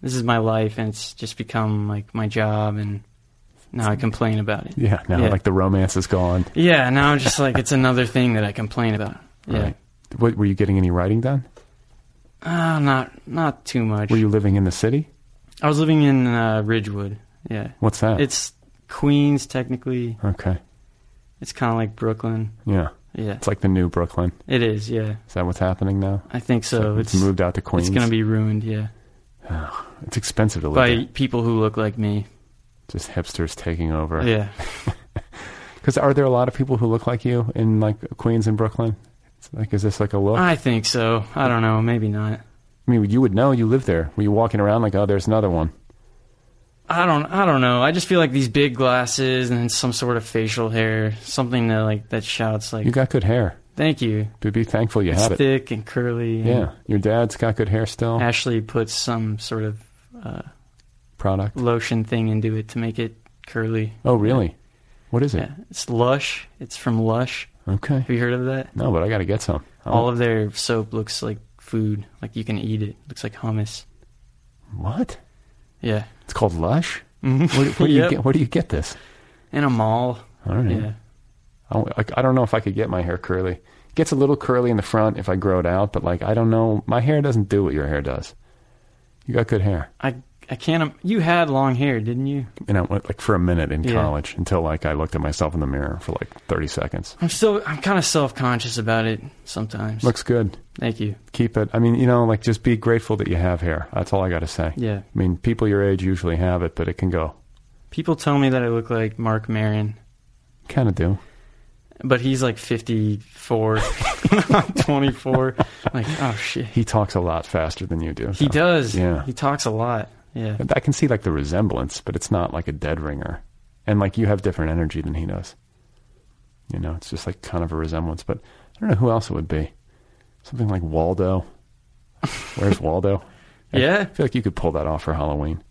this is my life, and it's just become like my job, and now I complain about it.
Yeah, now like the romance is gone.
Yeah, now I'm just like it's another thing that I complain about. Yeah,
Right. What were you getting any writing done?
Ah, not not too much.
Were you living in the city?
I was living in uh, Ridgewood. Yeah,
What's that?
it's Queens technically.
Okay.
It's kind of like Brooklyn.
Yeah.
Yeah.
It's like the new Brooklyn.
It is. Yeah,
Is that what's happening now?
I think so.
it's, moved out to Queens.
It's gonna be ruined. Yeah,
It's expensive to live
by
there.
people who look like me.
Just hipsters taking over.
Yeah.
Because are there a lot of people who look like you in like Queens and Brooklyn? It's like, is this like a look? I,
I think so. I don't know. Maybe not.
mean, you would know. You live there. Were you walking around like, oh, there's another one?
I don't. I don't know. I just feel like these big glasses and then some sort of facial hair, something that like that shouts like,
You got good hair.
"Thank you."
But be thankful you
it's
had it.
thick and curly. and-
Yeah. Your dad's got good hair still.
Ashley puts some sort of uh,
Product.
lotion thing into it to make it curly.
Oh, really? What is it?
Yeah, it's Lush. It's from Lush.
Okay.
Have you heard of that?
No, but I got to get some. Oh, I
All
want-
of their soap looks like food. Like you can eat it. Looks like hummus.
What?
Yeah.
It's called Lush?
Mhm.
Where, where do you
Yep.
get, where do you get this?
In a mall.
All right.
Yeah.
I, don't- like, I don't know if I could get my hair curly. It gets a little curly in the front if I grow it out, but like I don't know. My hair doesn't do what your hair does. You got good hair,
I I can't. im- You had long hair, didn't you?
you know, like for a minute in
Yeah.
college until like I looked at myself in the mirror for like thirty seconds.
I'm still. I'm kind of self conscious about it sometimes.
Looks good.
Thank you.
Keep it. I mean, you know, like just be grateful that you have hair. That's all I got to say.
Yeah.
I mean, people your age usually have it, but it can go.
People tell me that I look like Mark Marin,
Kind of do.
but he's like 54. I'm 24. like oh shit.
He talks a lot faster than you do.
He
so,
does.
Yeah.
He talks a lot. Yeah.
I can see like the resemblance, but it's not like a dead ringer. And like you have different energy than he does. You know, it's just like kind of a resemblance, but I don't know who else it would be. Something like Waldo. Where's Waldo? I
Yeah.
feel like you could pull that off for Halloween.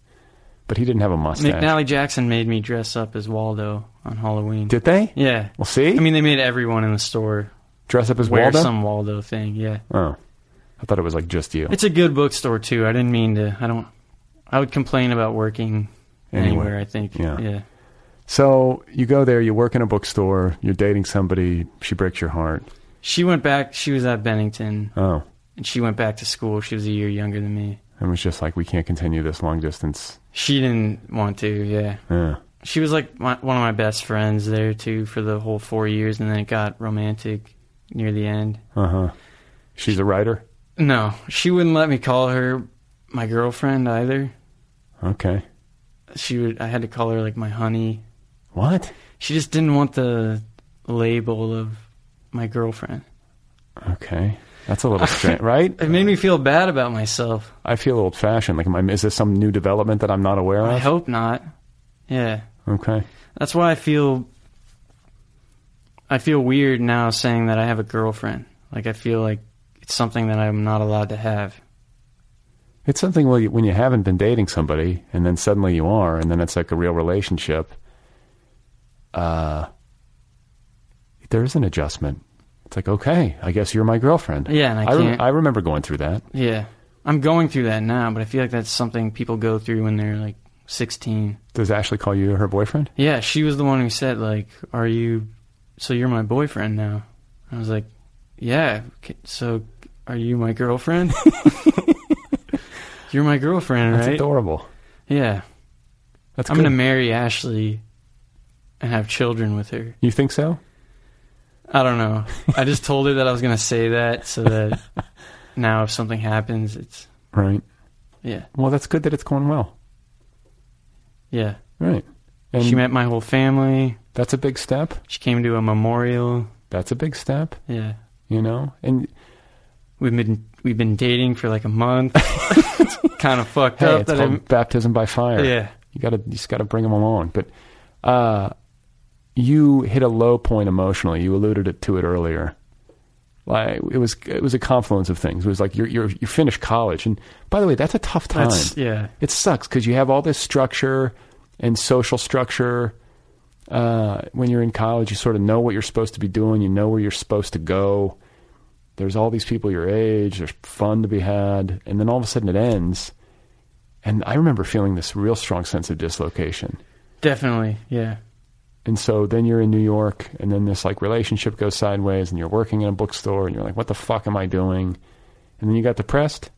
But he didn't have a mustache.
McNally Jackson made me dress up as Waldo on Halloween.
Did they?
Yeah.
Well, see?
I mean, they made everyone in the store
Dress up as
wear
Waldo?
some Waldo thing. Yeah.
Oh. I thought it was like just you.
It's a good bookstore too. I didn't mean to. I don't. I would complain about working
Anywhere.
anywhere. I think.
Yeah.
Yeah.
so you go there, you work in a bookstore, you're dating somebody, she breaks your heart.
She went back. She was at Bennington,
Oh.
and she went back to school. She was a year younger than me.
And was just like, we can't continue this long distance.
She didn't want to. Yeah.
Yeah.
She was like my, one of my best friends there too for the whole four years, and then it got romantic near the end.
Uh huh. She's a writer?
No, she wouldn't let me call her my girlfriend either.
Okay.
She would. I had to call her like my honey.
What?
She just didn't want the label of my girlfriend.
Okay. That's a little strange, right?
It made me feel bad about myself.
I feel old fashioned. Like, am I, is this some new development that I'm not aware
I
of?
hope not. Yeah,
Okay.
that's why I feel I feel weird now saying that I have a girlfriend. Like I feel like it's something that I'm not allowed to have.
It's something where you- when you haven't been dating somebody and then suddenly you are, and then it's like a real relationship. Uh, there is an adjustment. It's like, okay, I guess you're my girlfriend.
Yeah, and I
rem-
can't-
I remember going through that.
Yeah. I'm going through that now, but I feel like that's something people go through when they're like 16.
Does Ashley call you her boyfriend?
Yeah, she was the one who said like, "Are you so you're my boyfriend now?" I was like, "Yeah, c- so are you my girlfriend?" you're my girlfriend,
That's
right?
adorable.
Yeah.
That's
I'm
good.
going to marry Ashley and have children with her.
You think so?
I don't know. I just told her that I was going to say that so that now if something happens, it's
Right.
yeah.
Well, that's good that it's going well.
Yeah.
Right.
she met my whole family.
That's a big step.
She came to a memorial.
That's a big step.
Yeah.
You know, and
we've been we've been dating for like a month. it's kind of fucked
Hey,
up
it's
that
called
I'm-
baptism by fire.
Yeah.
You gotta, you just gotta bring them along. But, uh, you hit a low point emotionally. You alluded it, to it earlier. Like it was, it was a confluence of things. It was like you're, you're, you finished college, and by the way, that's a tough time.
That's- yeah.
it sucks because you have all this structure and social structure. Uh, when you're in college, you sort of know what you're supposed to be doing. You know where you're supposed to go. There's all these people your age. There's fun to be had, and then all of a sudden it ends. And I remember feeling this real strong sense of dislocation.
definitely yeah.
And so then you're in New York, and then this like relationship goes sideways, and you're working in a bookstore, and you're like, "What the fuck am I doing?" And then you got depressed,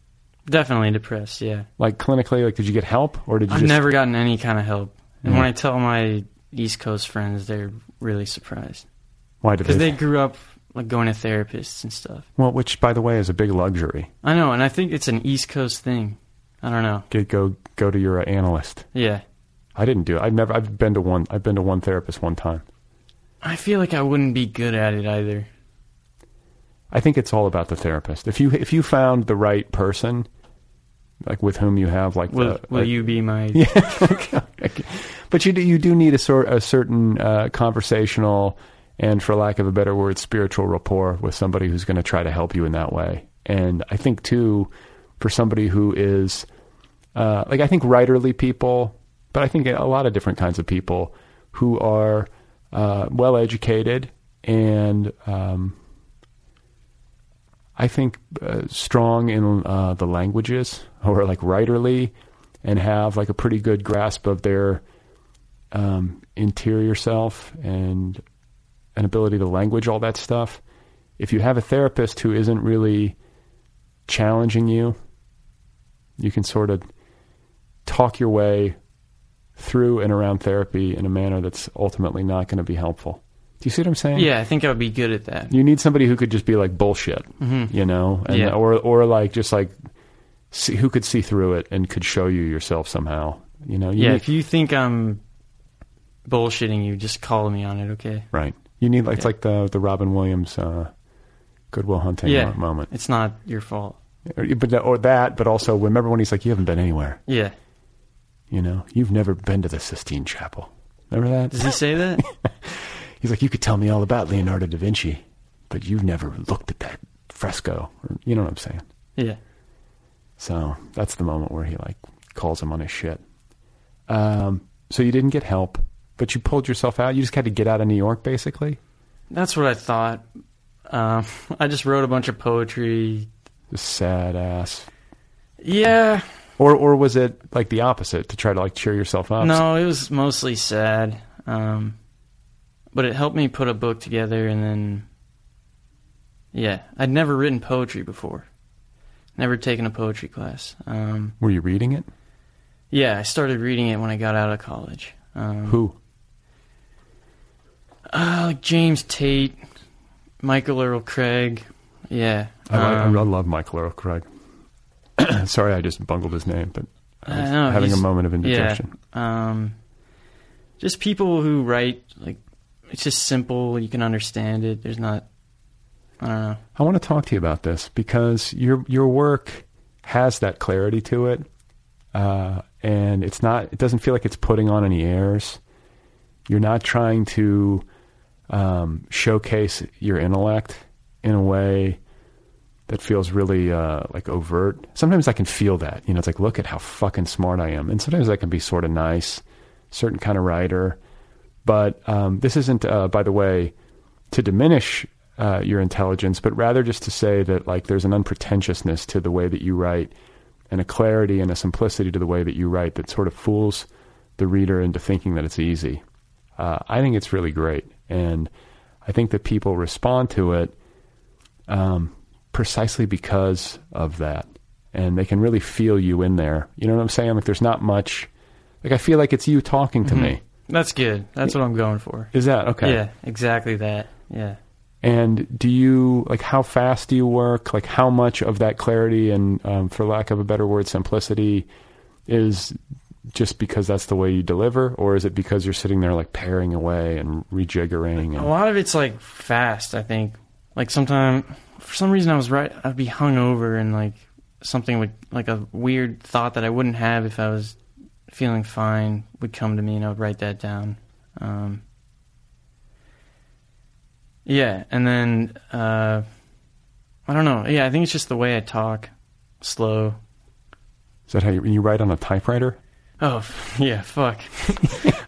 Definitely depressed, yeah.
like clinically. Like, did you get help, or did you
I've
just
never gotten any kind of help. And
Yeah.
when I tell my East Coast friends, they're really surprised.
why did
Because they grew up like going to therapists and stuff.
Well, which by the way is a big luxury.
I know, and I think it's an East Coast thing. I don't know.
Get go go to your uh, analyst.
Yeah.
I didn't do. it. I've never. I've been to one. I've been to one therapist one time.
I feel like I wouldn't be good at it either.
I think it's all about the therapist. If you if you found the right person, like with whom you have like
Will
the,
will
like-
you be my
Uh, Yeah. but you do you do need a sort a certain uh, conversational and for lack of a better word spiritual rapport with somebody who's going to try to help you in that way. And I think too for somebody who is uh, like I think writerly people, but I think a lot of different kinds of people who are uh, well educated and um, I think uh, strong in uh, the languages or like writerly and have like a pretty good grasp of their um, interior self and an ability to language all that stuff. If you have a therapist who isn't really challenging you, you can sort of talk your way through and around therapy in a manner that's ultimately not going to be helpful. Do you see what I'm saying?
Yeah, I think I would be good at that.
You need somebody who could just be like bullshit,
Mhm.
you know, and,
Yeah.
or or like just like see, who could see through it and could show you yourself somehow. You know, you
yeah,
need,
if you think I'm bullshitting you, just call me on it, okay?
right. You need like it's
Yeah.
like the the Robin Williams uh, Goodwill Hunting
yeah.
mo- moment,
It's not your fault.
or, but or that, but also remember when he's like, you haven't been anywhere.
Yeah.
You know, you've never been to the Sistine Chapel. Remember that?
Does he say that?
He's like, you could tell me all about Leonardo da Vinci, but you've never looked at that fresco. Or, you know what I'm saying?
yeah.
So that's the moment where he like calls him on his shit. Um, so you didn't get help, but you pulled yourself out. You just had to get out of New York, basically.
That's what I thought. Um, I just wrote a bunch of poetry.
Just sad ass.
Yeah.
Or or was it like the opposite to try to like cheer yourself up?
No, it was mostly sad. Um, but it helped me put a book together and then yeah, I'd never written poetry before. Never taken a poetry class. Um,
Were you reading it?
yeah, I started reading it when I got out of college. Um,
Who?
Uh, like James Tate, Michael Earl Craig. Yeah.
I, li- I
um,
lo- love Michael Earl Craig. Sorry, I just bungled his name, but I was
I know,
having a
he's-
moment of indigestion.
Yeah, um, just people who write like it's just simple. You can understand it. There's not. I don't know.
I want to talk to you about this because your your work has that clarity to it, uh, and it's not. It doesn't feel like it's putting on any airs. You're not trying to um, showcase your intellect in a way that feels really uh, like overt. Sometimes I can feel that. You know, it's like, look at how fucking smart I am. And sometimes I can be sort of nice, certain kind of writer. But um, this isn't, uh, by the way, to diminish uh, your intelligence, but rather just to say that like there's an unpretentiousness to the way that you write, and a clarity and a simplicity to the way that you write that sort of fools the reader into thinking that it's easy. Uh, I think it's really great, and I think that people respond to it um, precisely because of that, and they can really feel you in there. You know what I'm saying? Like there's not much. Like I feel like it's you talking to
Mhm.
me.
That's good. That's what I'm going for.
Is that okay?
Yeah, exactly that. Yeah.
And do you like how fast do you work? Like how much of that clarity and, um, for lack of a better word, simplicity is just because that's the way you deliver, or is it because you're sitting there like paring away and rejiggering?
A
And
lot of it's like fast, I think. Like sometime for some reason I was right I'd be hungover and like something would like a weird thought that I wouldn't have if I was feeling fine would come to me and I would write that down. Um Yeah, and then uh I don't know. Yeah, I think it's just the way I talk. Slow.
is that how you, you write on a typewriter?
Oh f- yeah, fuck.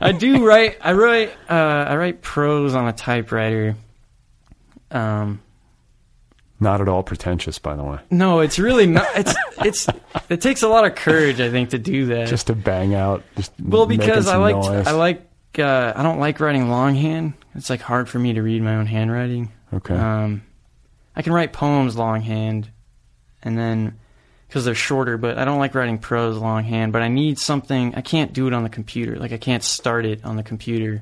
I do write. I write. Uh, I write prose on a typewriter. Um,
Not at all pretentious, by the way.
no, it's really not. It's it's. It takes a lot of courage, I think, to do that.
Just to bang out. Just
well,
making
because I
some
like.
noise.
I like. Uh, I don't like writing longhand. It's like hard for me to read my own handwriting.
Okay.
Um, I can write poems longhand, and then because they're shorter. But I don't like writing prose longhand. But I need something. I can't do it on the computer. Like I can't start it on the computer,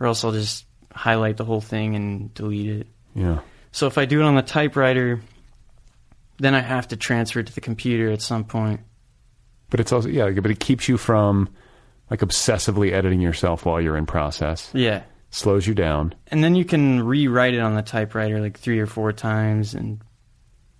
or else I'll just highlight the whole thing and delete it.
Yeah.
So if I do it on the typewriter, then I have to transfer it to the computer at some point.
But it's also yeah, but it keeps you from like obsessively editing yourself while you're in process.
Yeah.
Slows you down.
And then you can rewrite it on the typewriter like three or four times, and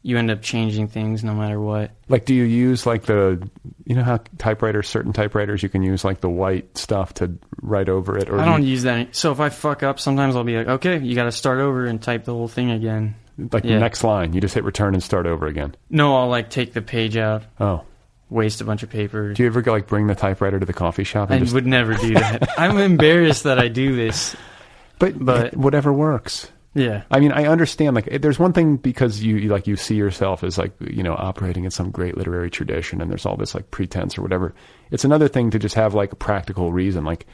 you end up changing things no matter what.
Like, do you use like the, you know how typewriters, certain typewriters, you can use like the white stuff to write over it, or
I don't
you-
use that. any- So if I fuck up, sometimes I'll be like, okay, you got to start over and type the whole thing again.
like
Yeah.
the next line, you just hit return and start over again.
No, I'll like take the page out,
Oh,
waste a bunch of paper.
do you ever go like bring the typewriter to the coffee shop? And
I
just,
would never do that. I'm embarrassed that I do this.
but
but-
whatever works.
Yeah.
I mean, I understand. Like, it- there's one thing because you you, like you see yourself as like you know operating in some great literary tradition, and there's all this like pretense or whatever. It's another thing to just have like a practical reason. Like,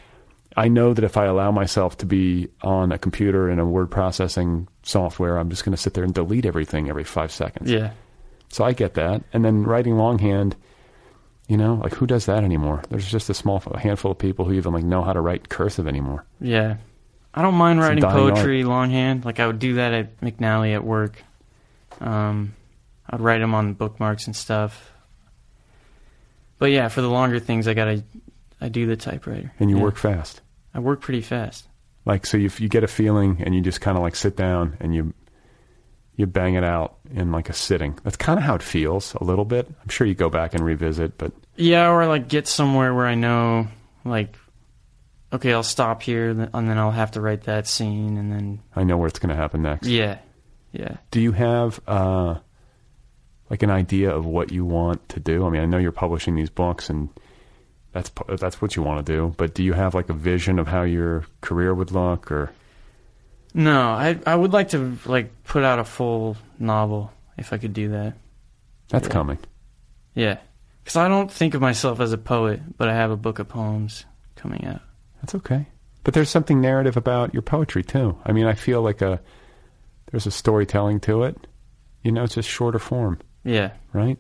I know that if I allow myself to be on a computer and a word processing software, I'm just going to sit there and delete everything every five seconds.
Yeah.
So I get that. And then writing longhand, you know, like who does that anymore? There's just a small handful of people who even like know how to write cursive anymore.
Yeah. I don't mind
It's a
writing
dying art.
poetry longhand. Like I would do that at McNally at work. Um, I'd write them on bookmarks and stuff. But yeah, for the longer things, I gotta, I do the typewriter.
And you
Yeah.
work fast.
I work pretty fast.
like so you you get a feeling and you just kind of like sit down and you you bang it out in like a sitting that's kind of how it feels a little bit i'm sure you go back and revisit but
Yeah, or like get somewhere where I know, like, okay, I'll stop here, th- and then I'll have to write that scene, and then
i know where it's going to happen next
yeah, yeah.
do you have uh like an idea of what you want to do i mean i know you're publishing these books and that's p- that's what you want to do but do you have like a vision of how your career would look or
No, I I would like to like put out a full novel if I could do that.
that's
Yeah.
coming
Yeah, because I don't think of myself as a poet, but I have a book of poems coming out.
That's okay. But there's something narrative about your poetry too. I mean, I feel like a there's a storytelling to it. You know, it's just shorter form,
Yeah,
right?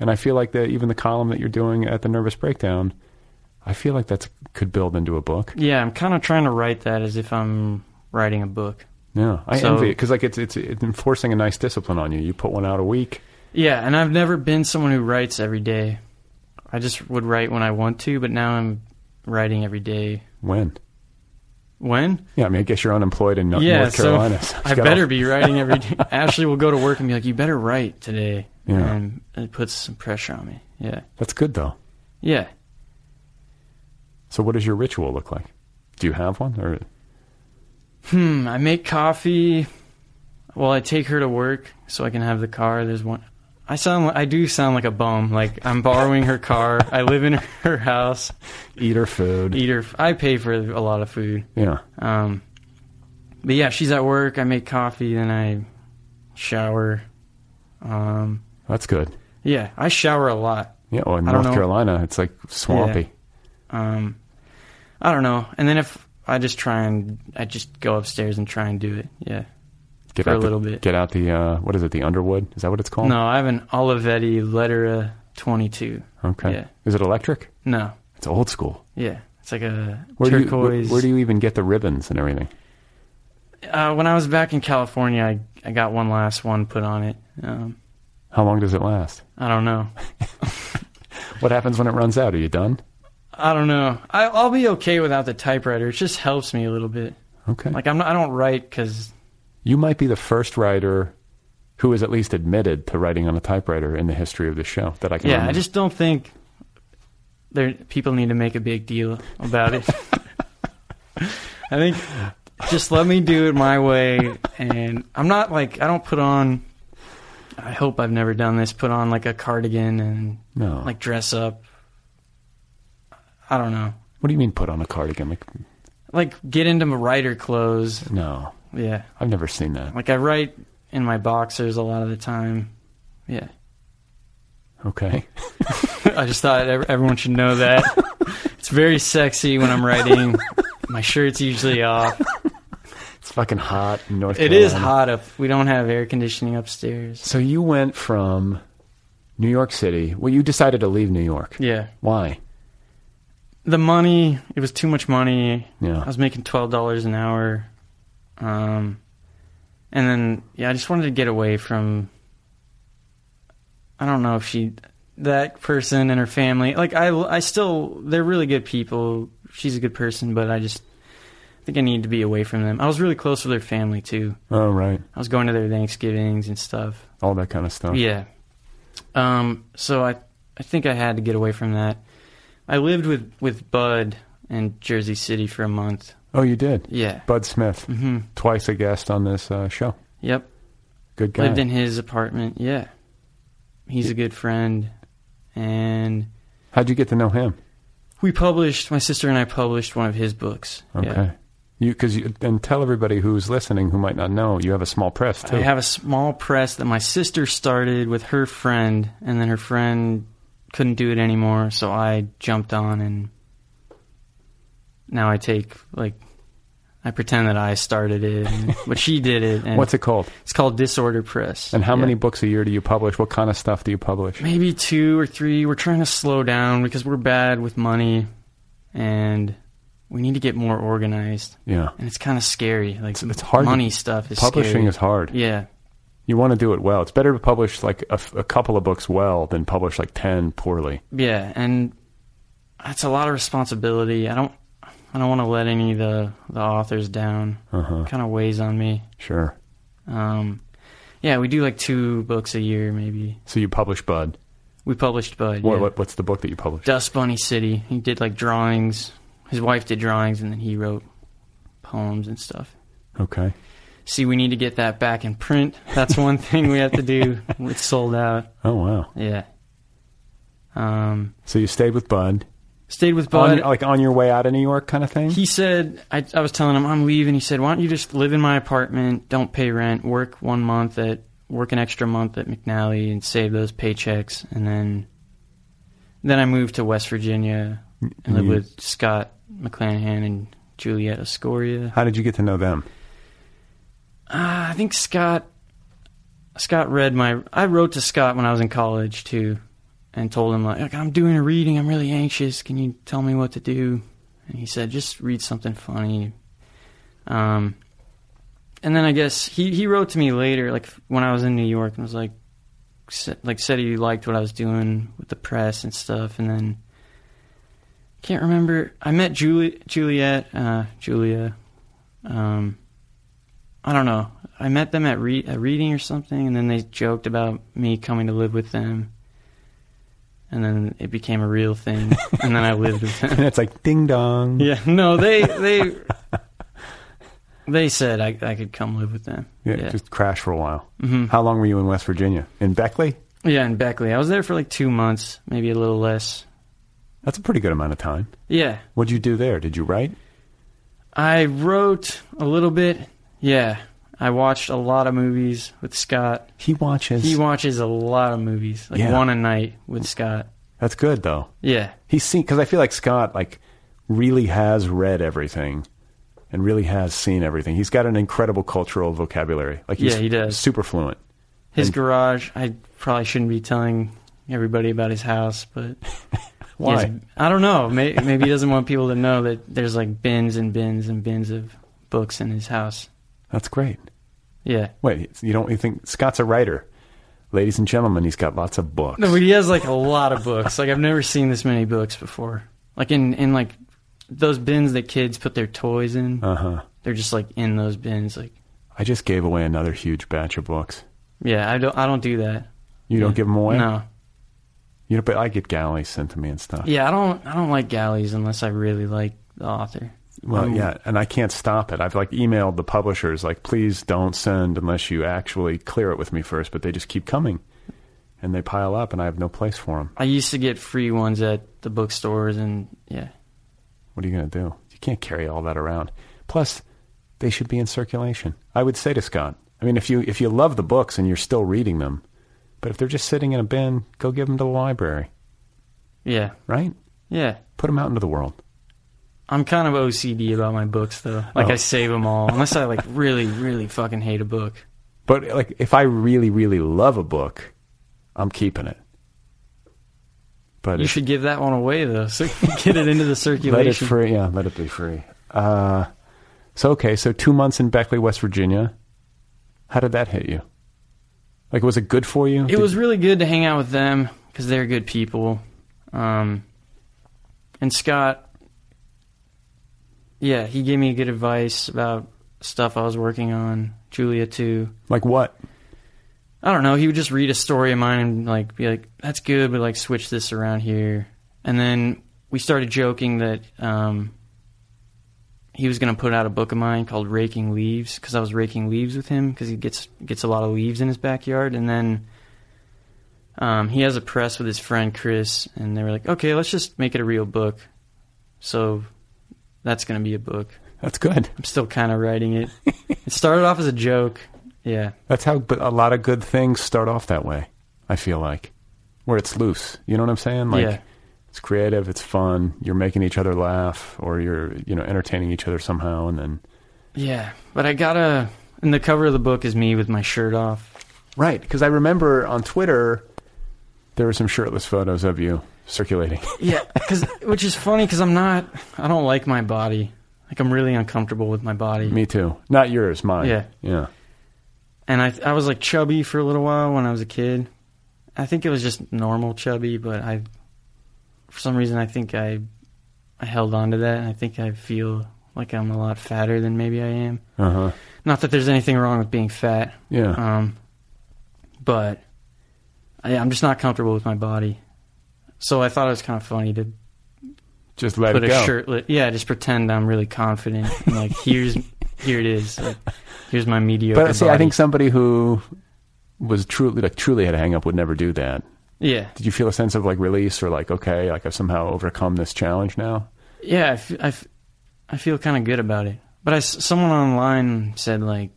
And I feel like that even the column that you're doing at the Nervous Breakdown, I feel like that's could build into a book.
yeah. I'm kind of trying to write that as if I'm writing a book.
Yeah, I
So-
envy it because like it's, it's it's enforcing a nice discipline on you. You put one out a week.
Yeah, and I've never been someone who writes every day. I just would write when I want to, but now I'm writing every day.
When?
When?
Yeah, I mean, I guess you're unemployed in Nor-
yeah,
North Carolina.
so
so
I
you got
better
all-
be writing every day. Ashley will go to work and be like, "You better write today,"
Yeah.
and it puts some pressure on me. Yeah,
That's good though.
yeah.
So, what does your ritual look like? Do you have one, or
Hmm, I make coffee. Well, I take her to work so I can have the car. There's one. I sound. I do sound like a bum. Like I'm borrowing her car. I live in her house.
Eat her food.
Eat her. I pay for a lot of food.
Yeah.
Um. But yeah, she's at work. I make coffee, then I shower. Um.
That's good.
Yeah, I shower a lot.
Yeah. Well, in
I don't
North
know.
Carolina, it's like swampy.
Yeah. Um, I don't know. And then if I just try and I just go upstairs and try and do it. Yeah.
Get
for
out
a
the-
little bit.
Get out the uh, what is it? The Underwood? Is that what it's called?
No, I have an Olivetti Lettera 22.
Okay.
Yeah.
Is it electric?
No.
It's old school.
Yeah. It's like a
Where do you where,
turquoise.
where do you even get the ribbons and everything?
uh, when I was back in California, I, I got one last one put on it. Um,
How long does it last?
I don't know.
What happens when it runs out? Are you done?
I don't know. I, I'll be okay without the typewriter. It just helps me a little bit.
Okay.
Like I'm not, I don't write because
You might be the first writer who has at least admitted to writing on a typewriter in the history of the show that I can.
yeah, I
remember.
just don't think there people need to make a big deal about it. I think just let me do it my way, and I'm not like I don't put on. I hope I've never done this. Put on like a cardigan and
No.
like dress up. I don't know.
What do you mean put on a cardigan? Like
Like get into my writer clothes.
no,
Yeah,
I've never seen that.
like I write in my boxers a lot of the time. Yeah.
Okay.
I just thought ev- everyone should know that. it's very sexy when I'm writing. My shirt's usually off.
It's fucking hot in North
It
Carolina.
is hot up. We don't have air conditioning upstairs.
So you went from New York City. Well, you decided to leave New York.
Yeah.
Why?
The money, it was too much money.
Yeah.
I was making $12 an hour. Um and then yeah, I just wanted to get away from I don't know if she that person and her family. Like I I still they're really good people. She's a good person, but I just I think I need to be away from them. I was really close with her family too.
Oh, right.
I was going to their Thanksgivings and stuff.
All that kind of stuff.
Yeah. Um, so I I think I had to get away from that. I lived with, with Bud in Jersey City for a month.
Oh, you did.
Yeah.
Bud Smith,
Mhm.
twice a guest on this uh, show.
Yep.
Good guy.
Lived in his apartment. Yeah. He's a good friend. And
How'd you get to know him?
we published, my sister and I published one of his books.
Okay.
Yeah.
You because you, and tell everybody who's listening who might not know you have a small press too.
I have a small press that my sister started with her friend, and then her friend couldn't do it anymore, so I jumped on, and now I take like I pretend that I started it, and, but she did it. And
What's it called?
It's called Disorder Press.
And how
Yeah.
many books a year do you publish? What kind of stuff do you publish?
Maybe two or three. We're trying to slow down because we're bad with money, and we need to get more organized.
Yeah.
and it's kind of scary. Like
It's hard. to-
Money stuff is
publishing
scary.
is hard.
Yeah.
You want to do it well. It's better to publish like a, f- a couple of books well than publish like ten poorly.
Yeah, and that's a lot of responsibility. I don't I don't want to let any of the the authors down.
Uh-huh.
Kind of weighs on me.
Sure.
Um yeah, we do like two books a year maybe.
So you publish Bud.
We published Bud.
What,
yeah.
what what's the book that you published?
Dust Bunny City. He did like drawings. His wife did drawings and then he wrote poems and stuff.
Okay.
See, we need to get that back in print. That's one thing we have to do. It's sold out.
Oh wow.
Yeah. Um
So you stayed with Bud.
stayed with
on
Bud.
your, oh, like on your way out of New York kind of thing.
He said, I, I was telling him I'm leaving. He said, Why don't you just live in my apartment, don't pay rent, work one month at, work an extra month at McNally and save those paychecks. And then, then I moved to West Virginia and lived
you-
with Scott McClanahan and Juliet Escoria.
How did you get to know them?
Uh, I think Scott, Scott read my, I wrote to Scott when I was in college too and told him like, I'm doing a reading. I'm really anxious. Can you tell me what to do? And he said, just read something funny. Um, and then I guess he, he wrote to me later, like when I was in New York, and was like, sa- like said he liked what I was doing with the press and stuff. And then can't remember. I met Julie, Juliet, uh, Julia. Um, I don't know. I met them at re- a reading or something, and then they joked about me coming to live with them. And then it became a real thing, and then I lived with them.
And it's like ding dong.
Yeah, no, they they They said I, I could come live with them.
Yeah, just crash for a while.
Mhm.
How long were you in West Virginia? In Beckley?
Yeah, in Beckley. I was there for like two months, maybe a little less.
That's a pretty good amount of time.
Yeah.
What'd you do there? Did you write?
I wrote a little bit. Yeah. I watched a lot of movies with Scott.
He watches.
He watches a lot of movies, like
Yeah.
one a night with Scott.
That's good though.
Yeah.
He's seen because I feel like Scott like really has read everything and really has seen everything. He's got an incredible cultural vocabulary. Like he's
Yeah, he does.
super fluent.
His garage. I probably shouldn't be telling everybody about his house, but
Why?
Yes, I don't know. May- Maybe he doesn't want people to know that there's like bins and bins and bins of books in his house.
That's great.
Yeah.
Wait, you don't you think Scott's a writer? Ladies and gentlemen, he's got lots of books.
No, but he has like a lot of books. Like I've never seen this many books before. Like in in like those bins that kids put their toys in.
Uh huh.
They're just like in those bins. Like
I just gave away another huge batch of books.
yeah, I don't I don't do that.
You don't give them away?
Mm. No.
You know, but I get galleys sent to me and stuff.
Yeah, I don't I don't like galleys unless I really like the author.
Well,
Um,
yeah, and I can't stop it. I've like emailed the publishers, like, please don't send unless you actually clear it with me first. But they just keep coming, and they pile up, and I have no place for them.
I used to get free ones at the bookstores and yeah.
What are you going to do? You can't carry all that around. Plus, they should be in circulation. I would say to Scott, I mean, if you if you love the books and you're still reading them, but if they're just sitting in a bin, go give them to the library,
Yeah.
right?
Yeah.
Put them out into the world.
I'm kind of OCD about my books though. Like
Oh.
I save them all unless I like really really fucking hate a book.
But like, if I really really love a book, I'm keeping it. But
You
if-
should give that one away though, so you can get it into
Let
the
it
circulation.
free. Yeah, let it be free. Uh, so okay, so two months in Beckley, West Virginia. How did that hit you? Like, was it good for you?
it was really good to hang out with them because they're good people. Um, and Scott, yeah, he gave me good advice about stuff I was working on. Julia too.
like what?
I don't know. He would just read a story of mine and like be like, "That's good," but like switch this around here. And then we started joking that um, he was going to put out a book of mine called "Raking Leaves" because I was raking leaves with him because he gets gets a lot of leaves in his backyard. And then um, he has a press with his friend Chris, and they were like, "Okay, let's just make it a real book." So that's going to be a book.
That's good.
I'm still kind of writing it. it started off as a joke. Yeah.
That's how. But a lot of good things start off that way. I feel like, where it's loose. You know what I'm saying? Like,
Yeah.
it's creative. It's fun. You're making each other laugh, or you're you know entertaining each other somehow, and then
Yeah, but I gotta. And the cover of the book is me with my shirt off.
right. Because I remember on Twitter, there were some shirtless photos of you circulating.
Yeah, cause, which is funny because I'm not. I don't like my body. Like I'm really uncomfortable with my body.
Me too. Not yours, mine.
Yeah.
Yeah.
And I I was like chubby for a little while when I was a kid. I think it was just normal chubby, but I for some reason I think I I held on to that and I think I feel like I'm a lot fatter than maybe I am.
Uh-huh.
Not that there's anything wrong with being fat.
Yeah.
Um but I, I'm just not comfortable with my body. So I thought it was kind of funny to
Just let
put
it
a
go.
shirtlet. Yeah, just pretend I'm really confident. And like here's here it is. Like, here's my mediocre.
But see, I
body.
think somebody who was truly like truly had a hang up would never do that.
Yeah.
Did you feel a sense of like release or like okay, like I've somehow overcome this challenge now?
Yeah, I, f- I, f- I feel kind of good about it. But I s someone online said like,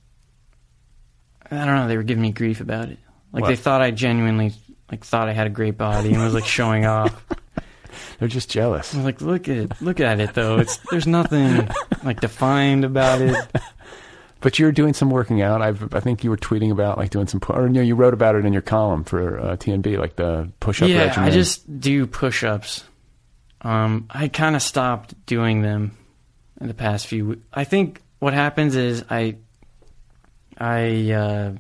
I don't know, they were giving me grief about it. Like
What?
they thought I genuinely like thought I had a great body and was like showing off.
They're just jealous.
I was like, look at look at it though. It's there's nothing like defined about it.
But you're doing some working out. I've I think you were tweeting about like doing some pu- or no, you wrote about it in your column for uh, TNB, like the push up
yeah,
regimen.
I just do push-ups. Um, I kind of stopped doing them in the past few. w- I think what happens is I, I uh,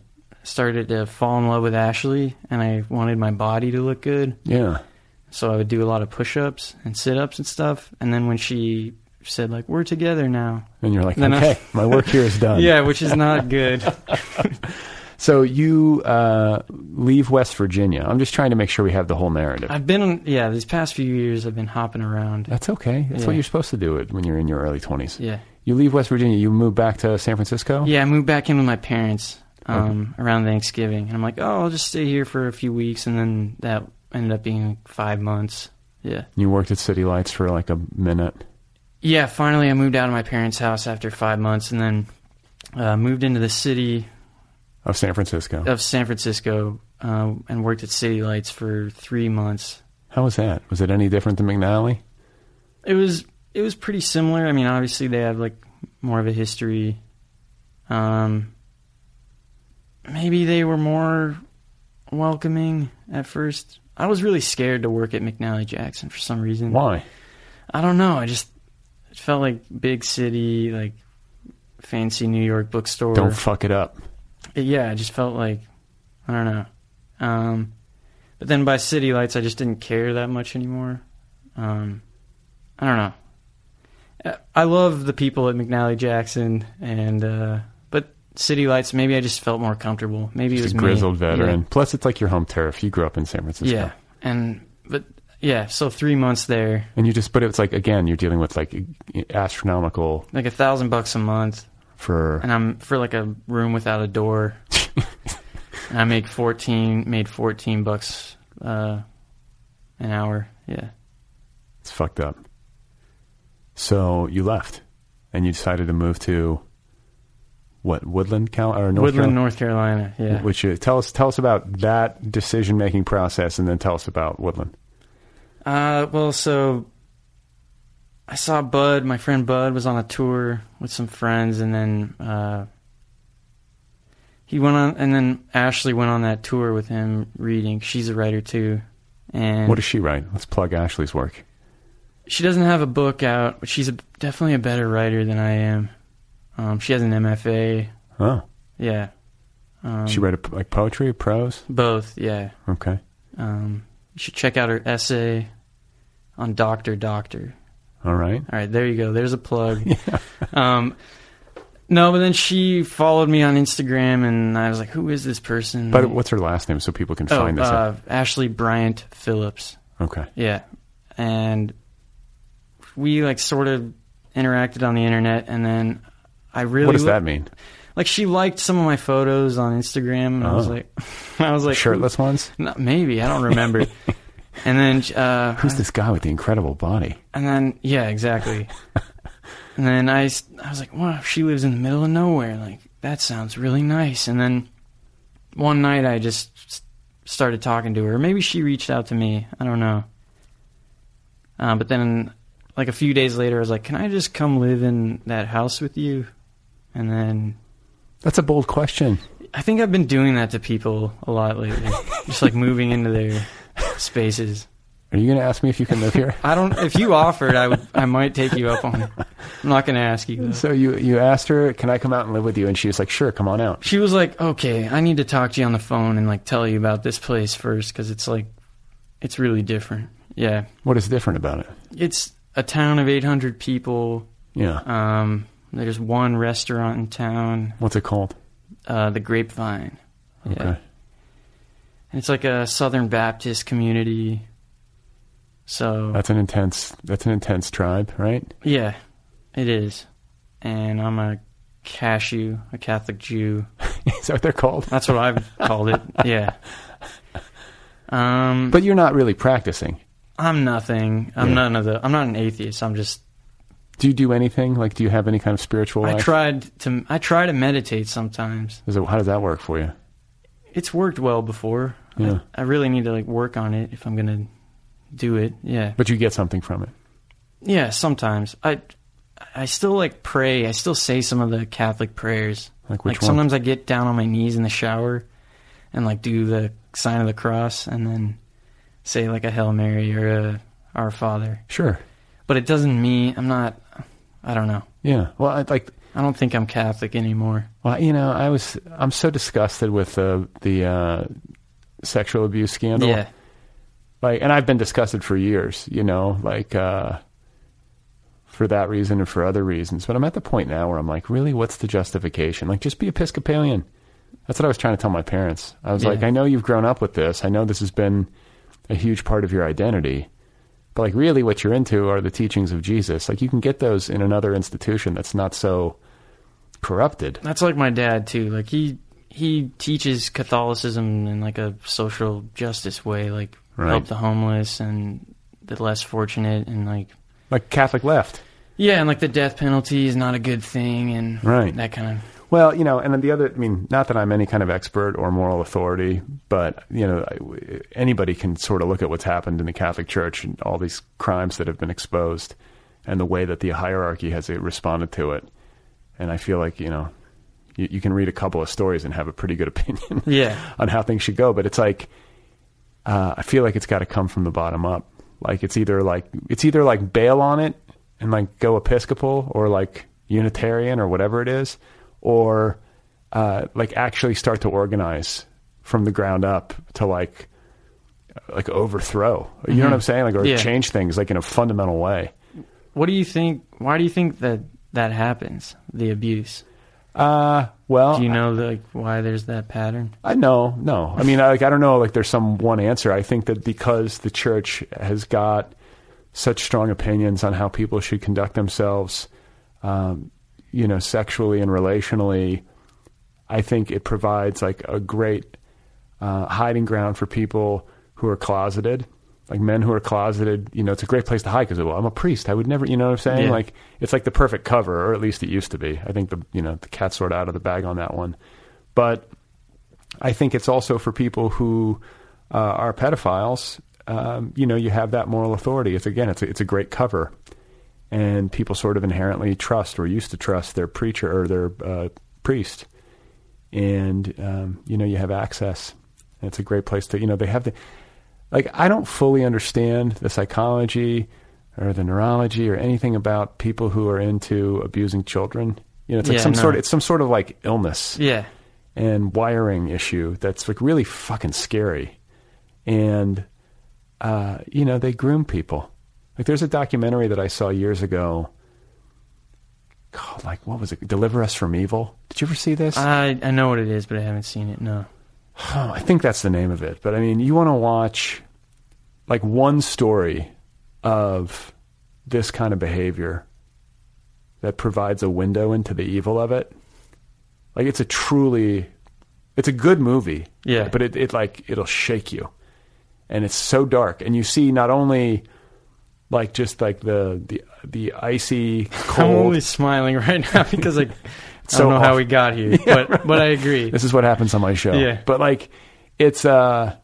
started to fall in love with Ashley, and I wanted my body to look good.
yeah.
So I would do a lot of push-ups and sit-ups and stuff. And then when she said like, "We're together now,"
And you're like,
Then I-
okay, my work here is done.
yeah, which is not good.
So you uh, leave West Virginia. I'm just trying to make sure we have the whole narrative.
I've been yeah these past few years I've been hopping around.
That's okay. That's
Yeah.
what you're supposed to do it when you're in your early 20s.
Yeah.
You leave West Virginia. You move back to San Francisco.
Yeah, I moved back in with my parents um, around Thanksgiving, and I'm like, oh, I'll just stay here for a few weeks, and then that ended up being like five months. Yeah.
You worked at City Lights for like a minute.
Yeah, finally I moved out of my parents' house after five months, and then uh, moved into the city
of San Francisco.
Of San Francisco, uh, and worked at City Lights for three months.
How was that? Was it any different than McNally?
It was. It was pretty similar. I mean, obviously they have like more of a history. Um, maybe they were more welcoming at first. I was really scared to work at McNally Jackson for some reason.
Why?
I don't know. I just it felt like big city, like fancy New York bookstore.
Don't fuck it up.
It- yeah, I just felt like I don't know. Um, but then by City Lights, I just didn't care that much anymore. Um, I don't know. Uh, I love the people at McNally Jackson, and uh, but City Lights, maybe I just felt more comfortable. Maybe
Just
it was
a
me.
grizzled
Yeah.
veteran. Plus, it's like your home turf. You grew up in San Francisco.
Yeah, and but yeah, so three months there,
And you just, but it's like again, you're dealing with like astronomical
like a thousand bucks a month,
for
and I'm for like a room without a door. and I make fourteen, made fourteen bucks uh, an hour. Yeah,
it's fucked up. So you left, and you decided to move to what Woodland, Cal or North
Woodland,
Carolina?
North Carolina. Yeah,
Which uh, tell us tell us about that decision making process, and then tell us about Woodland.
Uh, well, so I saw Bud. My friend Bud was on a tour with some friends, and then uh, he went on, and then Ashley went on that tour with him reading. She's a writer too, and
what does she write? Let's plug Ashley's work.
she doesn't have a book out, but she's a, definitely a better writer than I am. Um, she has an MFA.
Oh,
Yeah. Um,
she write a, like poetry, prose.
both. Yeah.
Okay,
Um, you should check out her essay on Doctor Doctor.
all right.
All right, there you go. There's a plug. um, no, but then she followed me on Instagram, and I was like, "Who is this person?"
But what's her last name so people can
Mm-hmm. oh,
find this? out?
uh, Ashley Bryant Phillips.
Okay.
Yeah, and we like sort of interacted on the internet, and then I really
what does
li-
that mean?
Like she liked some of my photos on Instagram, and I was
Oh.
like, I was like,
Shirtless ones.
No, maybe I don't remember. and then uh,
Who's this guy with the incredible body?
And then yeah, exactly. and then I, s- I was like, wow, she lives in the middle of nowhere. Like that sounds really nice. And then one night I just s- started talking to her. Maybe she reached out to me. I don't know. Uh, but then like a few days later, I was like, can I just come live in that house with you? And then
That's a bold question.
I think I've been doing that to people a lot lately, just like moving into their spaces.
Are you going to ask me if you can live here?
I don't. If you offered, I would. I might take you up on it. I'm not going to ask you. Though.
so you you asked her, "Can I come out and live with you?" And she was like, "Sure, come on out."
She was like, "Okay, I need to talk to you on the phone and like tell you about this place first because it's like, it's really different. Yeah,
What is different about it?
it's a town of 800 people.
Yeah.
Um, there's one restaurant in town,
What's it called?
uh, the Grapevine.
Okay.
Yeah, and it's like a Southern Baptist community. So
That's an intense. That's an intense tribe, right?
Yeah, it is. And I'm a cashew, a Catholic Jew.
is that what they're called?
That's what I've called it. Yeah. Um,
But you're not really practicing.
I'm nothing. I'm
Yeah.
none of the. I'm not an atheist. I'm just.
Do you do anything? Like, do you have any kind of spiritual
I
life?
tried to. I try to meditate sometimes.
Is it, how does that work for you?
It's worked well before.
Yeah.
I, I really need to like work on it if I'm gonna do it. Yeah.
But you get something from it.
Yeah. Sometimes I. I still like pray. I still say some of the Catholic prayers.
Like which one?
sometimes I get down on my knees in the shower and like do the sign of the cross and then say like a Hail Mary or a Our Father.
Sure.
But it doesn't mean I'm not I don't know.
Yeah. Well, I, like,
I don't think I'm Catholic anymore.
well, you know, I was. I'm so disgusted with the the uh, sexual abuse scandal.
Yeah.
like and i've been disgusted for years you know like uh for that reason and for other reasons but i'm at the point now where i'm like really what's the justification like just be episcopalian that's what i was trying to tell my parents i was
Yeah.
like i know you've grown up with this i know this has been a huge part of your identity But like really what you're into are the teachings of Jesus. Like you can get those in another institution that's not so corrupted.
That's like my dad too. Like he he teaches Catholicism in like a social justice way, like
Right.
help the homeless and the less fortunate and like
Like Catholic left.
yeah, and like the death penalty is not a good thing and
Right.
that kind of
Well, you know, and then the other, I mean, not that I'm any kind of expert or moral authority, but, you know, I- anybody can sort of look at what's happened in the Catholic Church and all these crimes that have been exposed and the way that the hierarchy has uh, responded to it. And I feel like, you know, you, you can read a couple of stories and have a pretty good opinion
Yeah.
on how things should go. But it's like, uh, I feel like it's got to come from the bottom up. Like it's either like it's either like bail on it and like go Episcopal or like Unitarian or whatever it is, or uh, like actually start to organize from the ground up to like like overthrow. You know what
Mhm.
I'm saying? Like or
Yeah.
change things like in a fundamental way.
What do you think why do you think that that happens? The abuse?
Uh well
Do you know like why there's that pattern?
I no, no. I mean, I, like I don't know. Like there's some one answer. I think that because the church has got such strong opinions on how people should conduct themselves, um, you know, sexually and relationally, I think it provides like a great uh, hiding ground for people who are closeted, like men who are closeted. You know, it's a great place to hide because well, I'm a priest. I would never, you know what I'm saying?
Yeah.
Like it's like the perfect cover, or at least it used to be. I think the you know the cat's sort of out of the bag on that one, but I think it's also for people who uh, are pedophiles. Um, you know, you have that moral authority. It's again, it's a, it's a great cover, and people sort of inherently trust or used to trust their preacher or their uh, priest, and um, you know, you have access. And it's a great place to you know they have the like I don't fully understand the psychology or the neurology or anything about people who are into abusing children. You know, it's like
Yeah,
some
no.
sort of it's some sort of like illness
Yeah.
and wiring issue that's like really fucking scary. And uh, you know, they groom people. Like there's a documentary that I saw years ago. God, like what was it? Deliver Us from Evil. Did you ever see this?
I I know what it is, but I haven't seen it, no.
Oh, I think that's the name of it. But I mean, you want to watch like one story of this kind of behavior that provides a window into the evil of it. Like it's a truly, it's a good movie.
Yeah.
But it, it like, it'll shake you. And it's so dark. And you see not only like just like the, the, the icy
I'm
cold.
only smiling right now because I, I
So
don't know how
awful.
we got here,
Yeah,
but
right.
but I agree.
This is what happens on my show.
Yeah.
But like it's uh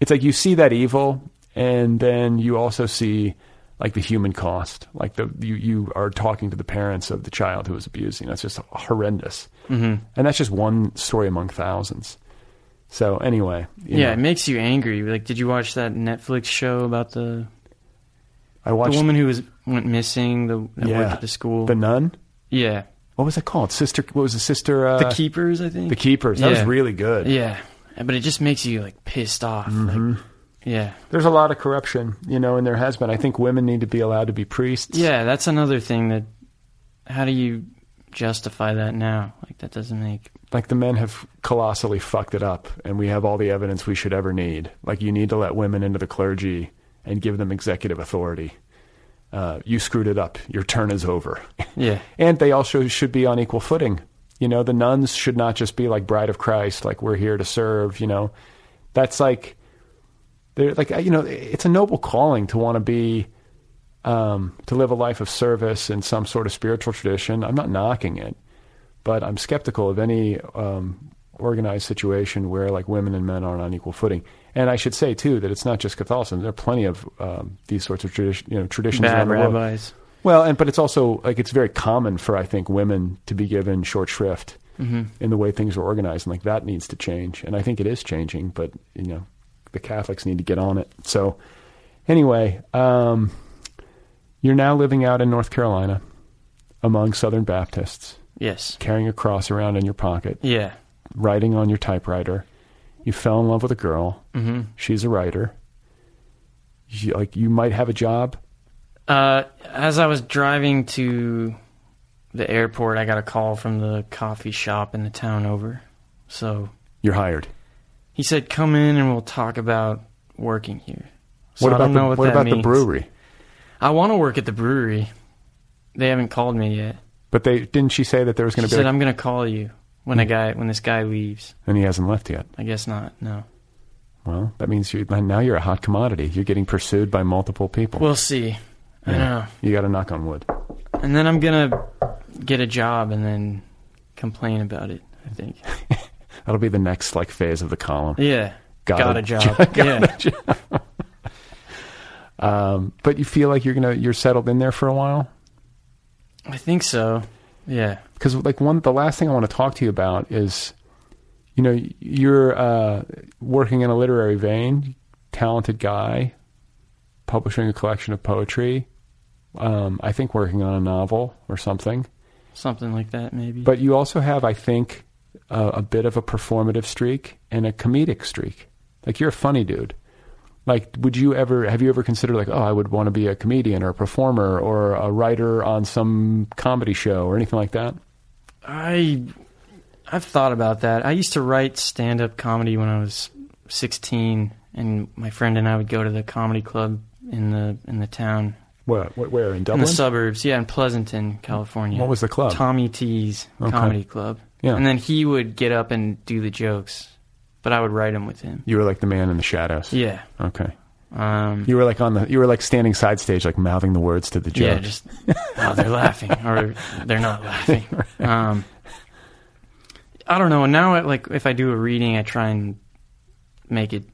it's like you see that evil and then you also see like the human cost. Like the you you are talking to the parents of the child who was abused, you know, it's just horrendous.
Mhm.
And that's just one story among thousands. So anyway, you
yeah, it
know,
makes you angry. Like, did you watch that Netflix show about the
I watched
the woman who was went missing? The that
yeah,
worked at the school.
The nun?
yeah,
What was that called? Sister what was the sister uh,
the keepers. I think
The Keepers. That was
Yeah.
really good. Mm-hmm.
Yeah, but it just makes you like pissed off. Like, yeah,
There's a lot of corruption, you know, and there has been. I think women need to be allowed to be priests.
yeah. That's another thing that. How do you justify that now? Like, that doesn't make.
like the men have colossally fucked it up and we have all the evidence we should ever need like you need to let women into the clergy and give them executive authority uh, you screwed it up your turn is over
Yeah,
and they also should be on equal footing you know the nuns should not just be like bride of christ like we're here to serve you know that's like they're like you know it's a noble calling to want to be um, to live a life of service in some sort of spiritual tradition i'm not knocking it but I'm skeptical of any um, organized situation where like women and men aren't on equal footing. And I should say too that it's not just Catholicism. There are plenty of um, these sorts of tradition, you know, traditions around
bad
the world.
rabbis.
Well, and but it's also like it's very common for I think women to be given short shrift
Mhm.
in the way things are organized, and like that needs to change. And I think it is changing, but you know, the Catholics need to get on it. So anyway, um, you're now living out in North Carolina among Southern Baptists
Yes.
carrying a cross around in your pocket,
Yeah.
writing on your typewriter. You fell in love with a girl.
hmm
She's a writer. You, like you might have a job.
Uh, as I was driving to the airport, I got a call from the coffee shop in the town over. So
You're hired.
he said, "Come in and we'll talk about working here." So
what
I
about
don't
the,
know what,
what
that
about the
means.
brewery?
I want to work at the brewery. They haven't called me yet.
But they didn't she say that there was going
She
to
said,
be, like- Hmm.
"I'm going to call you when a guy when this guy leaves."
and he hasn't left yet.
I guess not. No,
Well, that means you now you're a hot commodity. You're getting pursued by multiple people.
we'll see. I
Yeah.
don't know.
you got to knock on wood.
And then I'm gonna get a job and then complain about it. I think.
That'll be the next like phase of the column.
Yeah.
got,
Got
a,
a job.
got
Yeah.
a job. um, but you feel like you're gonna you're settled in there for a while.
I think so. Yeah.
because like one the last thing I want to talk to you about is, you know, you're uh, working in a literary vein, talented guy, publishing a collection of poetry. Um, I think working on a novel or something.
Something like that, maybe.
But you also have, I think, a, a bit of a performative streak and a comedic streak. Like you're a funny dude. Like, would you ever have you ever considered like, oh, I would want to be a comedian or a performer or a writer on some comedy show or anything like that?
I I've thought about that. I used to write stand up comedy when I was sixteen and my friend and I would go to the comedy club in the in the town.
Where? wh- Where in
In
Dublin?
the suburbs, yeah, in Pleasanton, California.
What was the club?
Tommy T's
Okay.
Comedy Club.
Yeah.
And then he would get up and do the jokes, but I would write them with him.
you were like the man in the shadows.
Yeah.
Okay.
Um,
You were like on the. You were like standing side stage, like mouthing the words to the jokes.
Yeah, just oh, they're laughing or they're not laughing. Um, I don't know. Now, it, like if I do a reading, I try and make it